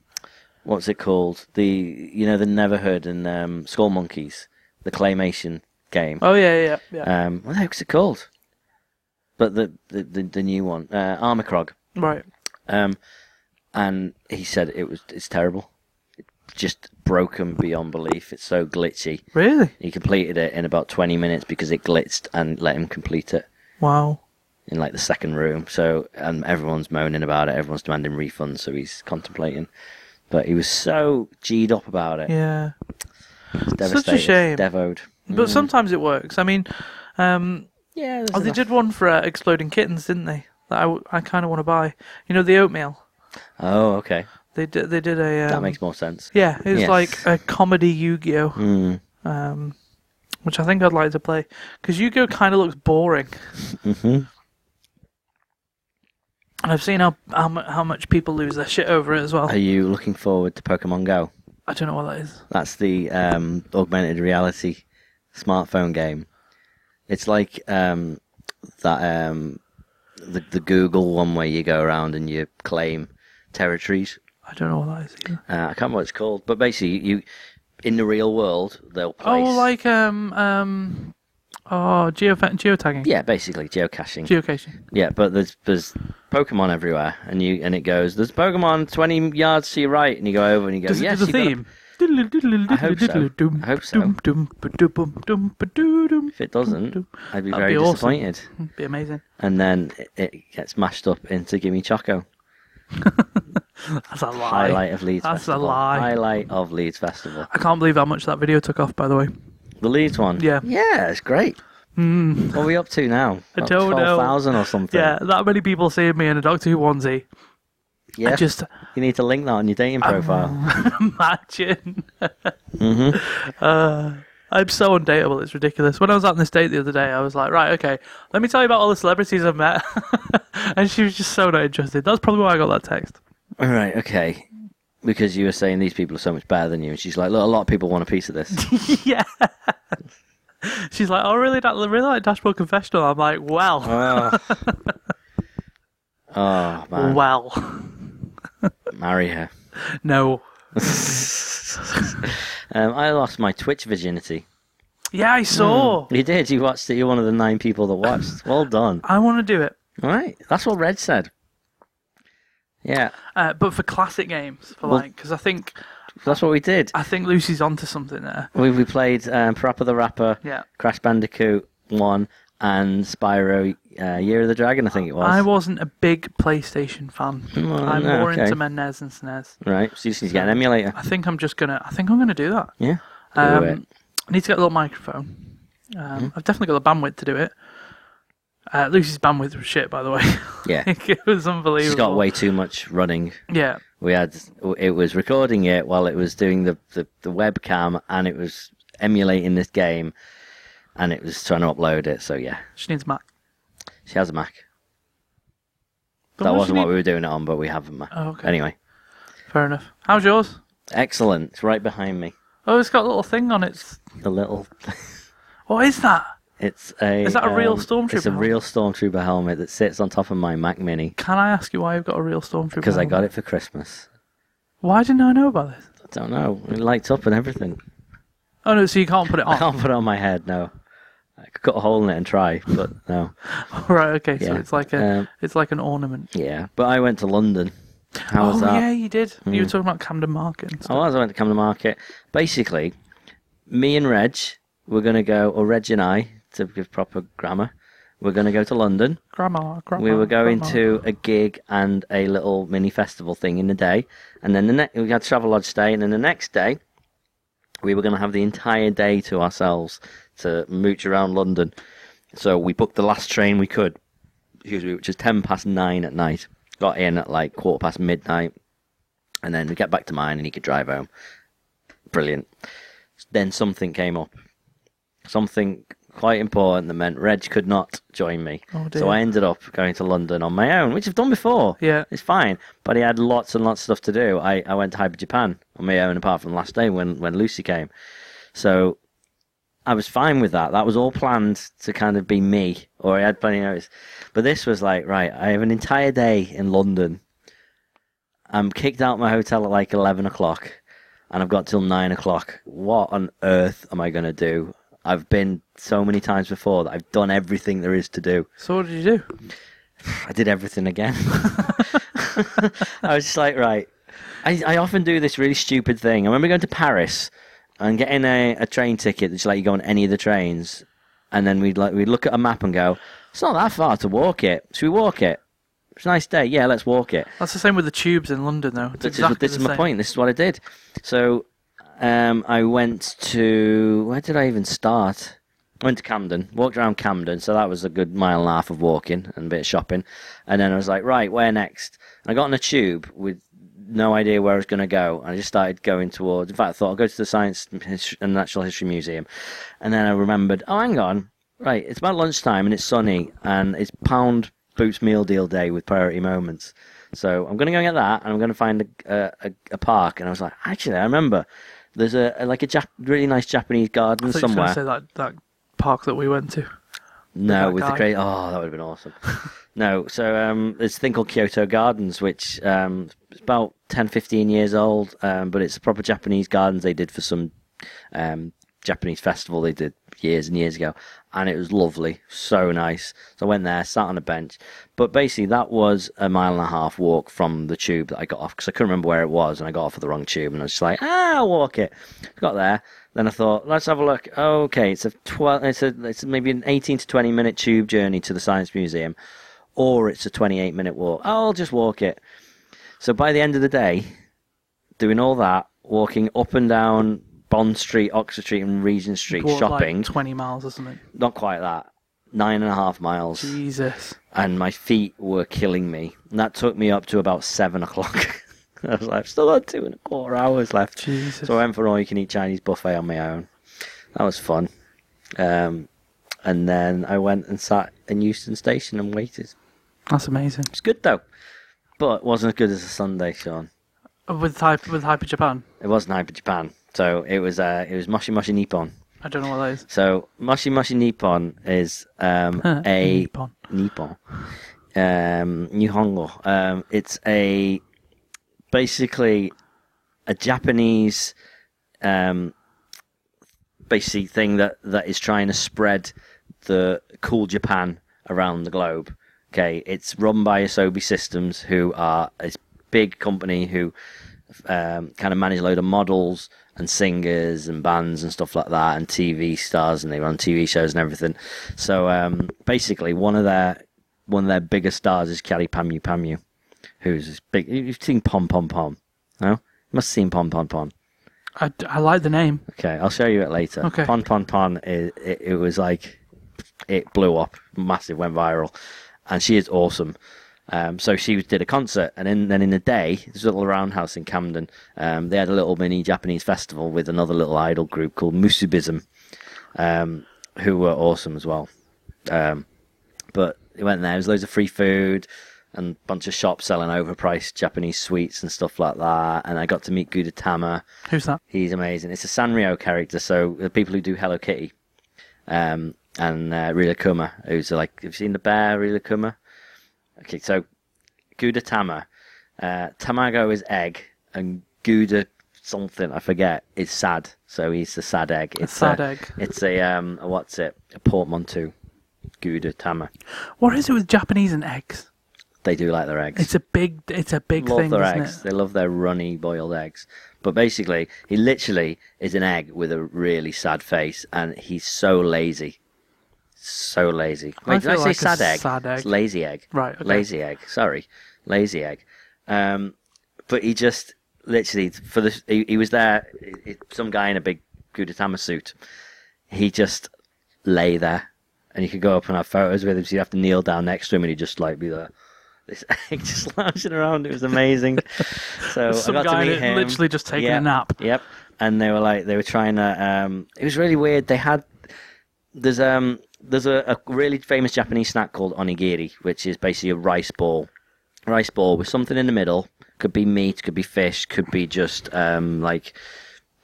S3: what's it called? The you know the Neverhood and um, Skull Monkeys, the claymation game.
S4: Oh yeah, yeah, yeah.
S3: Um, what the heck's it called? But the the, the, the new one, uh, Armacrog.
S4: right.
S3: Um, and he said it was it's terrible, It's just broken beyond belief. It's so glitchy.
S4: Really?
S3: He completed it in about 20 minutes because it glitched and let him complete it
S4: Wow.
S3: in like the second room. So and everyone's moaning about it. Everyone's demanding refunds. So he's contemplating. But he was so g'd up about it.
S4: Yeah.
S3: It's
S4: Such a
S3: devastated.
S4: shame.
S3: Devoed.
S4: But sometimes it works. I mean,
S3: Mm.
S4: um,
S3: Yeah.
S4: oh, they did one for uh, Exploding Kittens, didn't they? That I, w- I kind of want to buy. You know, the oatmeal.
S3: Oh, okay.
S4: They did. They did a. Um,
S3: That makes more sense.
S4: Yeah, it was
S3: Yes.
S4: like a comedy Yu-Gi-Oh,
S3: Mm.
S4: um, which I think I'd like to play because Yu-Gi-Oh kind of looks boring.
S3: Mhm.
S4: And I've seen how, how mu- how much people lose their shit over it as well.
S3: Are you looking forward to Pokemon Go?
S4: I don't know what that is.
S3: That's the um, augmented reality smartphone game. It's like um, that um, the the Google one where you go around and you claim territories.
S4: I don't know what that is. Either.
S3: Uh, I can't remember what it's called, but basically you in the real world they'll place.
S4: Oh, like um um, oh geo geotagging.
S3: yeah, basically geocaching.
S4: Geocaching.
S3: yeah, but there's there's Pokemon everywhere, and you and it goes there's Pokemon twenty yards to your right, and you go over and you go
S4: Does it
S3: yes,
S4: do the
S3: you gotta
S4: theme? I
S3: hope so. I hope so. If it doesn't, I'd be
S4: That'd
S3: very
S4: be awesome.
S3: disappointed.
S4: Be amazing.
S3: And then it, it gets mashed up into Gimme Choco.
S4: That's a lie.
S3: Highlight of Leeds
S4: That's a
S3: Festival.
S4: lie.
S3: Highlight of Leeds Festival.
S4: I can't believe how much that video took off. By the way,
S3: The Leeds one.
S4: Yeah. Hmm.
S3: Yeah, it's great. What are we up to now?
S4: I
S3: About
S4: don't know.
S3: 12,000 or something.
S4: yeah, that many people seeing me in a Doctor Who onesie.
S3: Yeah.
S4: I just
S3: You need to link that on your dating profile.
S4: imagine. uh,
S3: Mm-hmm.
S4: I'm so undateable. It's ridiculous. When I was out on this date the other day, I was like, right, okay, let me tell you about all the celebrities I've met, and she was just so not interested. That's probably why I got that text.
S3: Right, okay. Because you were saying these people are so much better than you, and she's like, "Look, a lot of people want a piece of this."
S4: yeah. She's like, oh, really? That really like Dashboard Confessional. I'm like, well,
S3: oh man,
S4: well,
S3: marry her.
S4: no.
S3: Um, I lost my Twitch virginity.
S4: Yeah, I saw.
S3: You did. You watched it. You're one of the nine people that watched. Well done.
S4: I want to do it,
S3: All right, that's what Red said. Yeah,
S4: uh, but for classic games, for
S3: Well-
S4: like, because I think
S3: that's what we did.
S4: I think Lucy's onto something there.
S3: We we played um, Parappa the Rapper,
S4: Yeah.
S3: Crash Bandicoot One, and Spyro uh, Year of the Dragon. I think it was.
S4: I wasn't a big PlayStation fan. I'm
S3: no,
S4: more
S3: okay.
S4: into Menez and SNES.
S3: right, so you just need to get an emulator.
S4: I think I'm just gonna. I think I'm gonna do that.
S3: Yeah, do
S4: Um,
S3: it. Hmm?
S4: I need to get a little microphone. Um, I've definitely got the bandwidth to do it. Uh, Lucy's bandwidth was shit, by the way.
S3: Yeah,
S4: it was unbelievable.
S3: she's got way too much running.
S4: Yeah,
S3: we had it was recording it while it was doing the, the, the webcam and it was emulating this game and it was trying to upload it so yeah
S4: she needs Mac.
S3: she has a mac
S4: But
S3: that
S4: does
S3: wasn't
S4: she
S3: what we
S4: need-
S3: were doing it on but we have a mac
S4: Oh, okay.
S3: anyway
S4: Fair enough. How's yours?
S3: excellent it's right behind me
S4: Oh, it's got a little thing on it.
S3: the little
S4: What is that?
S3: it's a um,
S4: Is that a real
S3: it's
S4: Stormtrooper
S3: a
S4: helmet?
S3: real stormtrooper helmet that sits on top of my mac mini
S4: Can I ask you why you've got a real stormtrooper?
S3: because i got
S4: helmet?
S3: it for christmas
S4: Why didn't I know about this?
S3: i don't know it lights up and everything
S4: Oh no, so you can't put it
S3: i
S4: on.
S3: can't put it on my head no i could cut a hole in it and try but no
S4: right. Okay. So
S3: Yeah.
S4: it's like a
S3: Um,
S4: it's like an ornament.
S3: Yeah, but I went to London. How
S4: oh
S3: was that? Hmm.
S4: yeah, you did. You were talking about Camden Market. And
S3: I
S4: stuff.
S3: was. I went to come to market. Basically, me and Reg were going to go, or Reg and I, to give proper grammar, we're going to go to London.
S4: Grandma, grandma.
S3: Oh, We were going
S4: grandma.
S3: to a gig and a little mini festival thing in the day, and then the next we had Travelodge stay, and then the next day we were going to have the entire day to ourselves to mooch around London. So we booked the last train we could, excuse me, which is ten past nine at night. Got in at like quarter past midnight, and then we get back to mine, and he could drive home. Brilliant. Then something came up something quite important that meant Reg could not join me.
S4: Oh, dear.
S3: so I ended up going to London on my own, which I've done before.
S4: Yeah.
S3: It's fine. But I had lots and lots of stuff to do. I, I went to Hyper Japan on my own apart from the last day when, when Lucy came. So I was fine with that. That was all planned to kind of be me, or I had plenty of notice. But this was like, right, I have an entire day in London. I'm kicked out my hotel at like 11 o'clock and I've got till nine o'clock. What on earth am I going to do? I've been so many times before that I've done everything there is to do.
S4: So what did you do?
S3: I did everything again. I was just like, right. I, I often do this really stupid thing. I remember going to Paris and getting a, a train ticket that's let you go on any of the trains. And then we'd like we'd look at a map and go, it's not that far to walk it. Should we walk it? It's a nice day. Yeah, let's walk it.
S4: That's the same with the tubes in London, though. It's
S3: This
S4: exactly
S3: is, this is
S4: the
S3: my
S4: same.
S3: point. This is what I did. So um, I went to where did I even start? I went to Camden, walked around Camden, so that was a good mile and a half of walking and a bit of shopping. And then I was like, right, where next? I got on a tube with no idea where I was going to go. I just started going towards. In fact, I thought I'll go to the Science and His- and Natural History Museum, and then I remembered, oh, hang on, right, it's about lunchtime and it's sunny and it's pound boots meal deal day with priority moments. So I'm going to go and get that, and I'm going to find a, a, a park. And I was like, actually, I remember there's a, a- like a Jap- really nice Japanese garden
S4: I thought you were
S3: somewhere.
S4: gonna say that that park that we went to.
S3: No,
S4: that
S3: with the
S4: guy.
S3: great. Oh, that would have been awesome. no, so um, there's a thing called Kyoto Gardens, which um, is about 10, 15 years old, um, but it's proper Japanese gardens they did for some um, Japanese festival they did years and years ago, and it was lovely, so nice. So I went there, sat on a bench, but basically that was a mile and a half walk from the tube that I got off because I couldn't remember where it was, and I got off at the wrong tube, and I was just like, ah, I'll walk it. Got there, then I thought, let's have a look. Okay, it's a twelve, it's a, it's maybe an eighteen to twenty minute tube journey to the science museum, or it's a twenty-eight minute walk. I'll just walk it. So by the end of the day, doing all that, walking up and down Bond Street, Oxford Street, and Regent Street,
S4: Walked, like,
S3: shopping.
S4: 20 miles or something.
S3: not quite that. Nine and a half miles,
S4: Jesus.
S3: and my feet were killing me. And that took me up to about seven o'clock. I was like, I've still got two and a quarter hours left.
S4: Jesus.
S3: So uh, I went for an all-you-can-eat Chinese buffet on my own. That was fun. Um, and then I went and sat in Euston Station and waited.
S4: That's amazing.
S3: It's good though, but it wasn't as good as a Sunday, Sean.
S4: With Hyper, with Hyper Japan.
S3: It wasn't Hyper Japan, so it was uh, it was Moshi Moshi Nippon.
S4: I don't know what that is.
S3: So Moshi Moshi Nippon is um,
S4: Huh,
S3: a
S4: Nippon.
S3: Nippon, um, Nihongo. Um, it's a basically a Japanese um, basically thing that, that is trying to spread the cool Japan around the globe. Okay, it's run by Asobi Systems, who are a big company who um, kind of manage a load of models and singers and bands and stuff like that, and TV stars, and they run TV shows and everything. So um, basically, one of their one of their biggest stars is Kelly Pamu Pamu, who's this big. You've seen Pom Pom Pom, no? You must have seen Pom Pom Pom.
S4: I, I like the name.
S3: Okay, I'll show you it later.
S4: Okay.
S3: Pon Pon Pon, it, it, it was like, it blew up, massive, went viral. And she is awesome. Um, so she was- did a concert, and in, then in the day, this little roundhouse in Camden, um, they had a little mini Japanese festival with another little idol group called Musubism, um, who were awesome as well. Um, but it went there. There was loads of free food and a bunch of shops selling overpriced Japanese sweets and stuff like that. And I got to meet Gudetama,
S4: Who's that?
S3: He's amazing. It's a Sanrio character, so the people who do Hello Kitty, um, and uh, Rilakkuma, who's like, have you seen the bear Rilakkuma? Okay, so Gudetama, uh, Tamago is egg, and Gouda something I forget is sad. So he's the sad egg. It's
S4: sad
S3: a-
S4: egg.
S3: It's a um, a- what's it? A portmanteau. Gudetama.
S4: What is it with Japanese and eggs?
S3: They do like their eggs.
S4: It's a big, it's a big
S3: love
S4: thing,
S3: their
S4: isn't
S3: eggs.
S4: it?
S3: They love their runny boiled eggs. But basically, he literally is an egg with a really sad face, and he's so lazy. So lazy.
S4: I
S3: Wait, did I
S4: feel
S3: say
S4: like a
S3: sad egg?
S4: sad egg.
S3: It's lazy egg.
S4: Right, okay.
S3: Lazy egg. Sorry. Lazy egg. Um, but he just literally for the he, he was there. i- i- some guy in a big Gudetama suit. He just lay there, and you could go up and have photos with him. So you'd have to kneel down next to him, and he'd just like be there. This egg just lounging around. It was amazing. So
S4: Some
S3: I got
S4: guy
S3: to meet him.
S4: literally just taking
S3: Yep,
S4: a nap.
S3: Yep. And they were like, they were trying to. Um, it was really weird. They had there's um there's a, a really famous Japanese snack called onigiri, which is basically a rice ball, rice ball with something in the middle. Could be meat, could be fish, could be just um like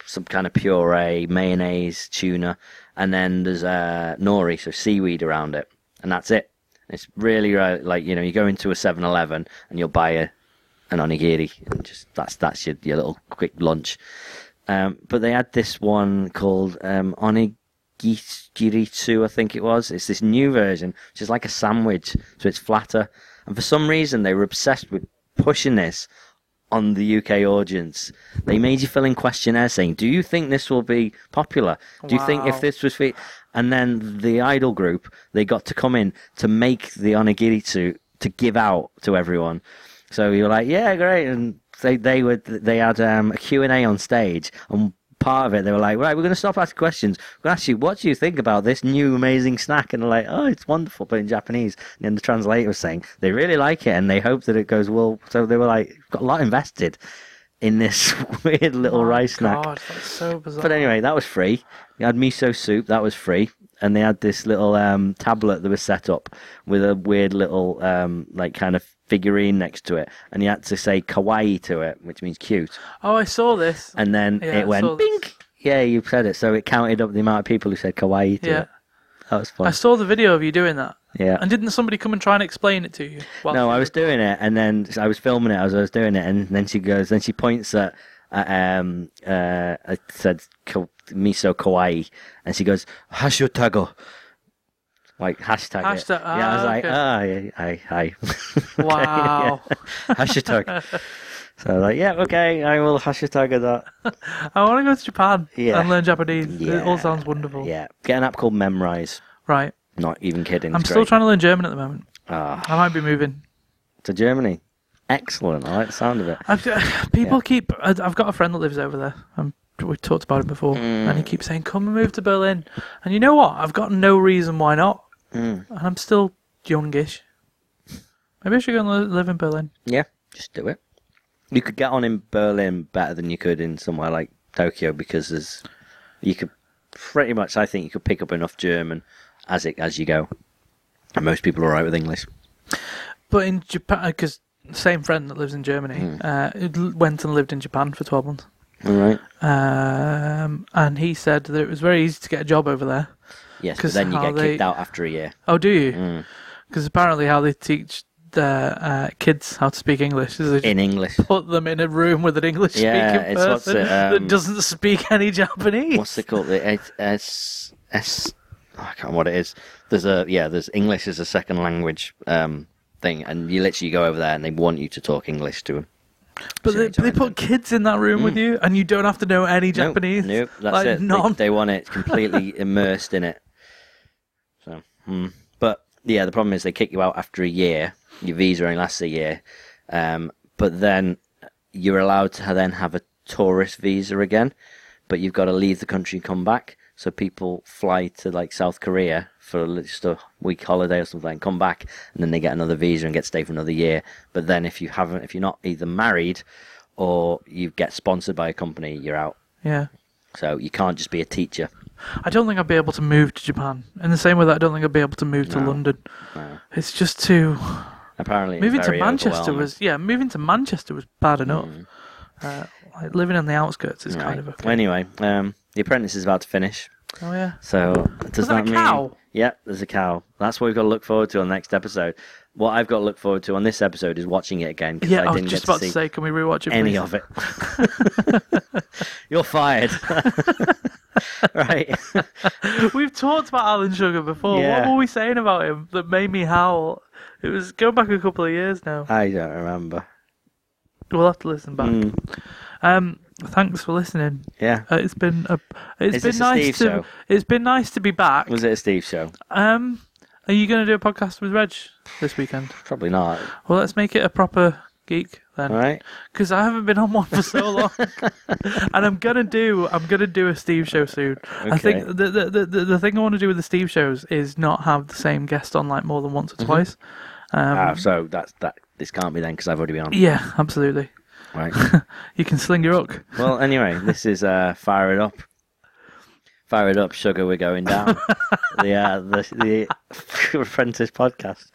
S3: some kind of puree, mayonnaise, tuna, and then there's uh, nori, so seaweed around it, and that's it. It's really uh, like you know you go into a 7-Eleven and you'll buy a an onigiri, and just that's that's your your little quick lunch. Um, but they had this one called um, Onigiritsu, I think it was. It's this new version, which is like a sandwich, so it's flatter. And for some reason, they were obsessed with pushing this on the UK audience. They made you fill in questionnaires saying, "Do you think this will be popular? Do you think
S4: Wow.
S3: if this was fe-? And then the idol group, they got to come in to make the onigiri to give out to everyone. So you were like, "Yeah, great!" And they they would they had um, a Q and A on stage, and part of it they were like, "Right, we're going to stop asking questions. We're going to ask you, what do you think about this new amazing snack?" And they're like, "Oh, it's wonderful," but in Japanese. And then the translator was saying they really like it, and they hope that it goes well. So they were like, got a lot invested in this weird little rice snack.
S4: God, that's so bizarre.
S3: But anyway, that was free. They had miso soup, that was free. And they had this little um, tablet that was set up with a weird little, um, like, kind of figurine next to it. And you had to say kawaii to it, which means cute.
S4: oh, I saw this.
S3: And then
S4: Yeah, I
S3: it went
S4: saw this.
S3: bink. Yeah, you said it. So it counted up the amount of people who said kawaii to
S4: Yeah.
S3: it. That was
S4: I
S3: fun.
S4: saw the video of you doing that.
S3: Yeah.
S4: And didn't somebody come and try and explain it to you? Well,
S3: No, I was doing it, and then I was filming it as I was doing it, and then she goes, then she points at, at um, uh, I said, "Ka- miso kawaii, and she goes hashtag, like hashtag. it.
S4: Hashtag-
S3: yeah, I was
S4: ah,
S3: like,
S4: okay.
S3: ah, yeah, hi, hi.
S4: Wow.
S3: hashtag. so I was like, yeah, okay, I will hashtag that.
S4: I want to go to Japan
S3: Yeah.
S4: and learn Japanese.
S3: Yeah.
S4: It all sounds wonderful.
S3: Yeah, get an app called Memrise.
S4: Right.
S3: Not even kidding.
S4: I'm
S3: it's
S4: still
S3: great.
S4: trying to learn German at the moment.
S3: Ah,
S4: I might be moving.
S3: to Germany. Excellent. I like the sound of it.
S4: I've, uh, people keep. I- I've got a friend that lives over there. Um we've talked about it before,
S3: Mm.
S4: and he keeps saying, "Come and move to Berlin." And you know what? I've got no reason why not.
S3: Mm.
S4: And I'm still youngish. Maybe I should go and li- live in Berlin.
S3: Yeah, just do it. You could get on in Berlin better than you could in somewhere like Tokyo because there's you could pretty much I think you could pick up enough German as it as you go. And most people are alright with English.
S4: But in Japan, because same friend that lives in Germany
S3: Mm.
S4: uh, l- went and lived in Japan for twelve months.
S3: Alright.
S4: Um, and he said that it was very easy to get a job over there.
S3: Yes, but
S4: 'Cause
S3: then you
S4: how
S3: get
S4: they-
S3: kicked out after a year.
S4: Oh, do
S3: Mm.
S4: you? Because apparently, how they teach their uh, kids how to speak English is they just
S3: In English.
S4: put them in a room with an English
S3: Yeah,
S4: speaking
S3: it's
S4: person
S3: what's it, um,
S4: that doesn't speak any Japanese.
S3: What's it called? The S- S S I can't remember what it is. There's a yeah, there's English as a second language um thing and you literally go over there and they want you to talk English to them.
S4: but they,
S3: Sorry,
S4: they
S3: Jonathan.
S4: put kids in that room with you, and you don't have to know any
S3: Mm. Nope,
S4: Japanese.
S3: Nope, that's
S4: like,
S3: it. They-
S4: None.
S3: They, want it completely immersed in it. So, hmm. but yeah, the problem is they kick you out after a year. Your visa only lasts a year, um, but then you're allowed to then have a tourist visa again, but you've got to leave the country and come back. So people fly to like South Korea for li- just a week holiday or something, and come back, and then they get another visa and get to stay for another year. But then if you haven't, if you're not either married or you get sponsored by a company, you're out.
S4: yeah.
S3: So you can't just be a teacher.
S4: I don't think I'd be able to move to Japan. In the same way that I don't think I'd be able to move to London. It's just too.
S3: Apparently, it's
S4: Moving to
S3: very
S4: Manchester
S3: overwhelming. Hmm.
S4: was. Yeah, moving to Manchester was bad enough. Uh, like living on the outskirts is kind
S3: Right.
S4: of a.
S3: Anyway, um, the apprentice is about to finish.
S4: Oh, yeah.
S3: So does
S4: that a
S3: that mean?
S4: cow?
S3: Yeah, there's a cow. That's what we've got to look forward to on the next episode. What I've got to look forward to on this episode is watching it again because
S4: Yeah,
S3: I
S4: I, was
S3: didn't
S4: just
S3: get
S4: about
S3: to
S4: to
S3: see
S4: say, can we rewatch it?
S3: any
S4: please?
S3: of it. You're fired. right.
S4: We've talked about Alan Sugar before.
S3: Yeah.
S4: What were we saying about him that made me howl? It was going back a couple of years now.
S3: I don't remember.
S4: We'll have to listen back.
S3: Mm,
S4: Um, thanks for listening.
S3: yeah.
S4: Uh, it's been a,
S3: Is
S4: it's
S3: this
S4: been
S3: a
S4: nice
S3: Steve
S4: to
S3: show?
S4: it's been nice to be back.
S3: Was it a Steve show?
S4: Um, are you going to do a podcast with Reg this weekend?
S3: Probably not.
S4: Well, let's make it a proper geek
S3: All
S4: then,
S3: right.
S4: because I haven't been on one for so long, and I'm gonna do I'm gonna do a Steve show soon. I
S3: Okay.
S4: think the the, the the the thing I want to do with the Steve shows is not have the same guest on like more than once or twice.
S3: Mm-hmm.
S4: Um,
S3: ah, so that's that. This can't be then because I've already been on.
S4: Yeah, absolutely.
S3: Right.
S4: You can sling your hook.
S3: Well, anyway, this is uh, fire it up, fire it up, sugar. We're going down. the, uh, the the Apprentice podcast.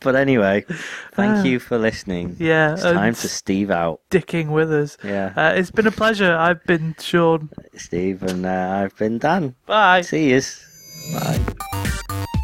S3: But anyway, thank you for listening.
S4: Yeah,
S3: it's
S4: and
S3: time for Steve out.
S4: Dicking with us.
S3: Yeah.
S4: Uh, it's been a pleasure. I've been Sean.
S3: Steve and uh, I've been Dan.
S4: Bye.
S3: See yous. Bye.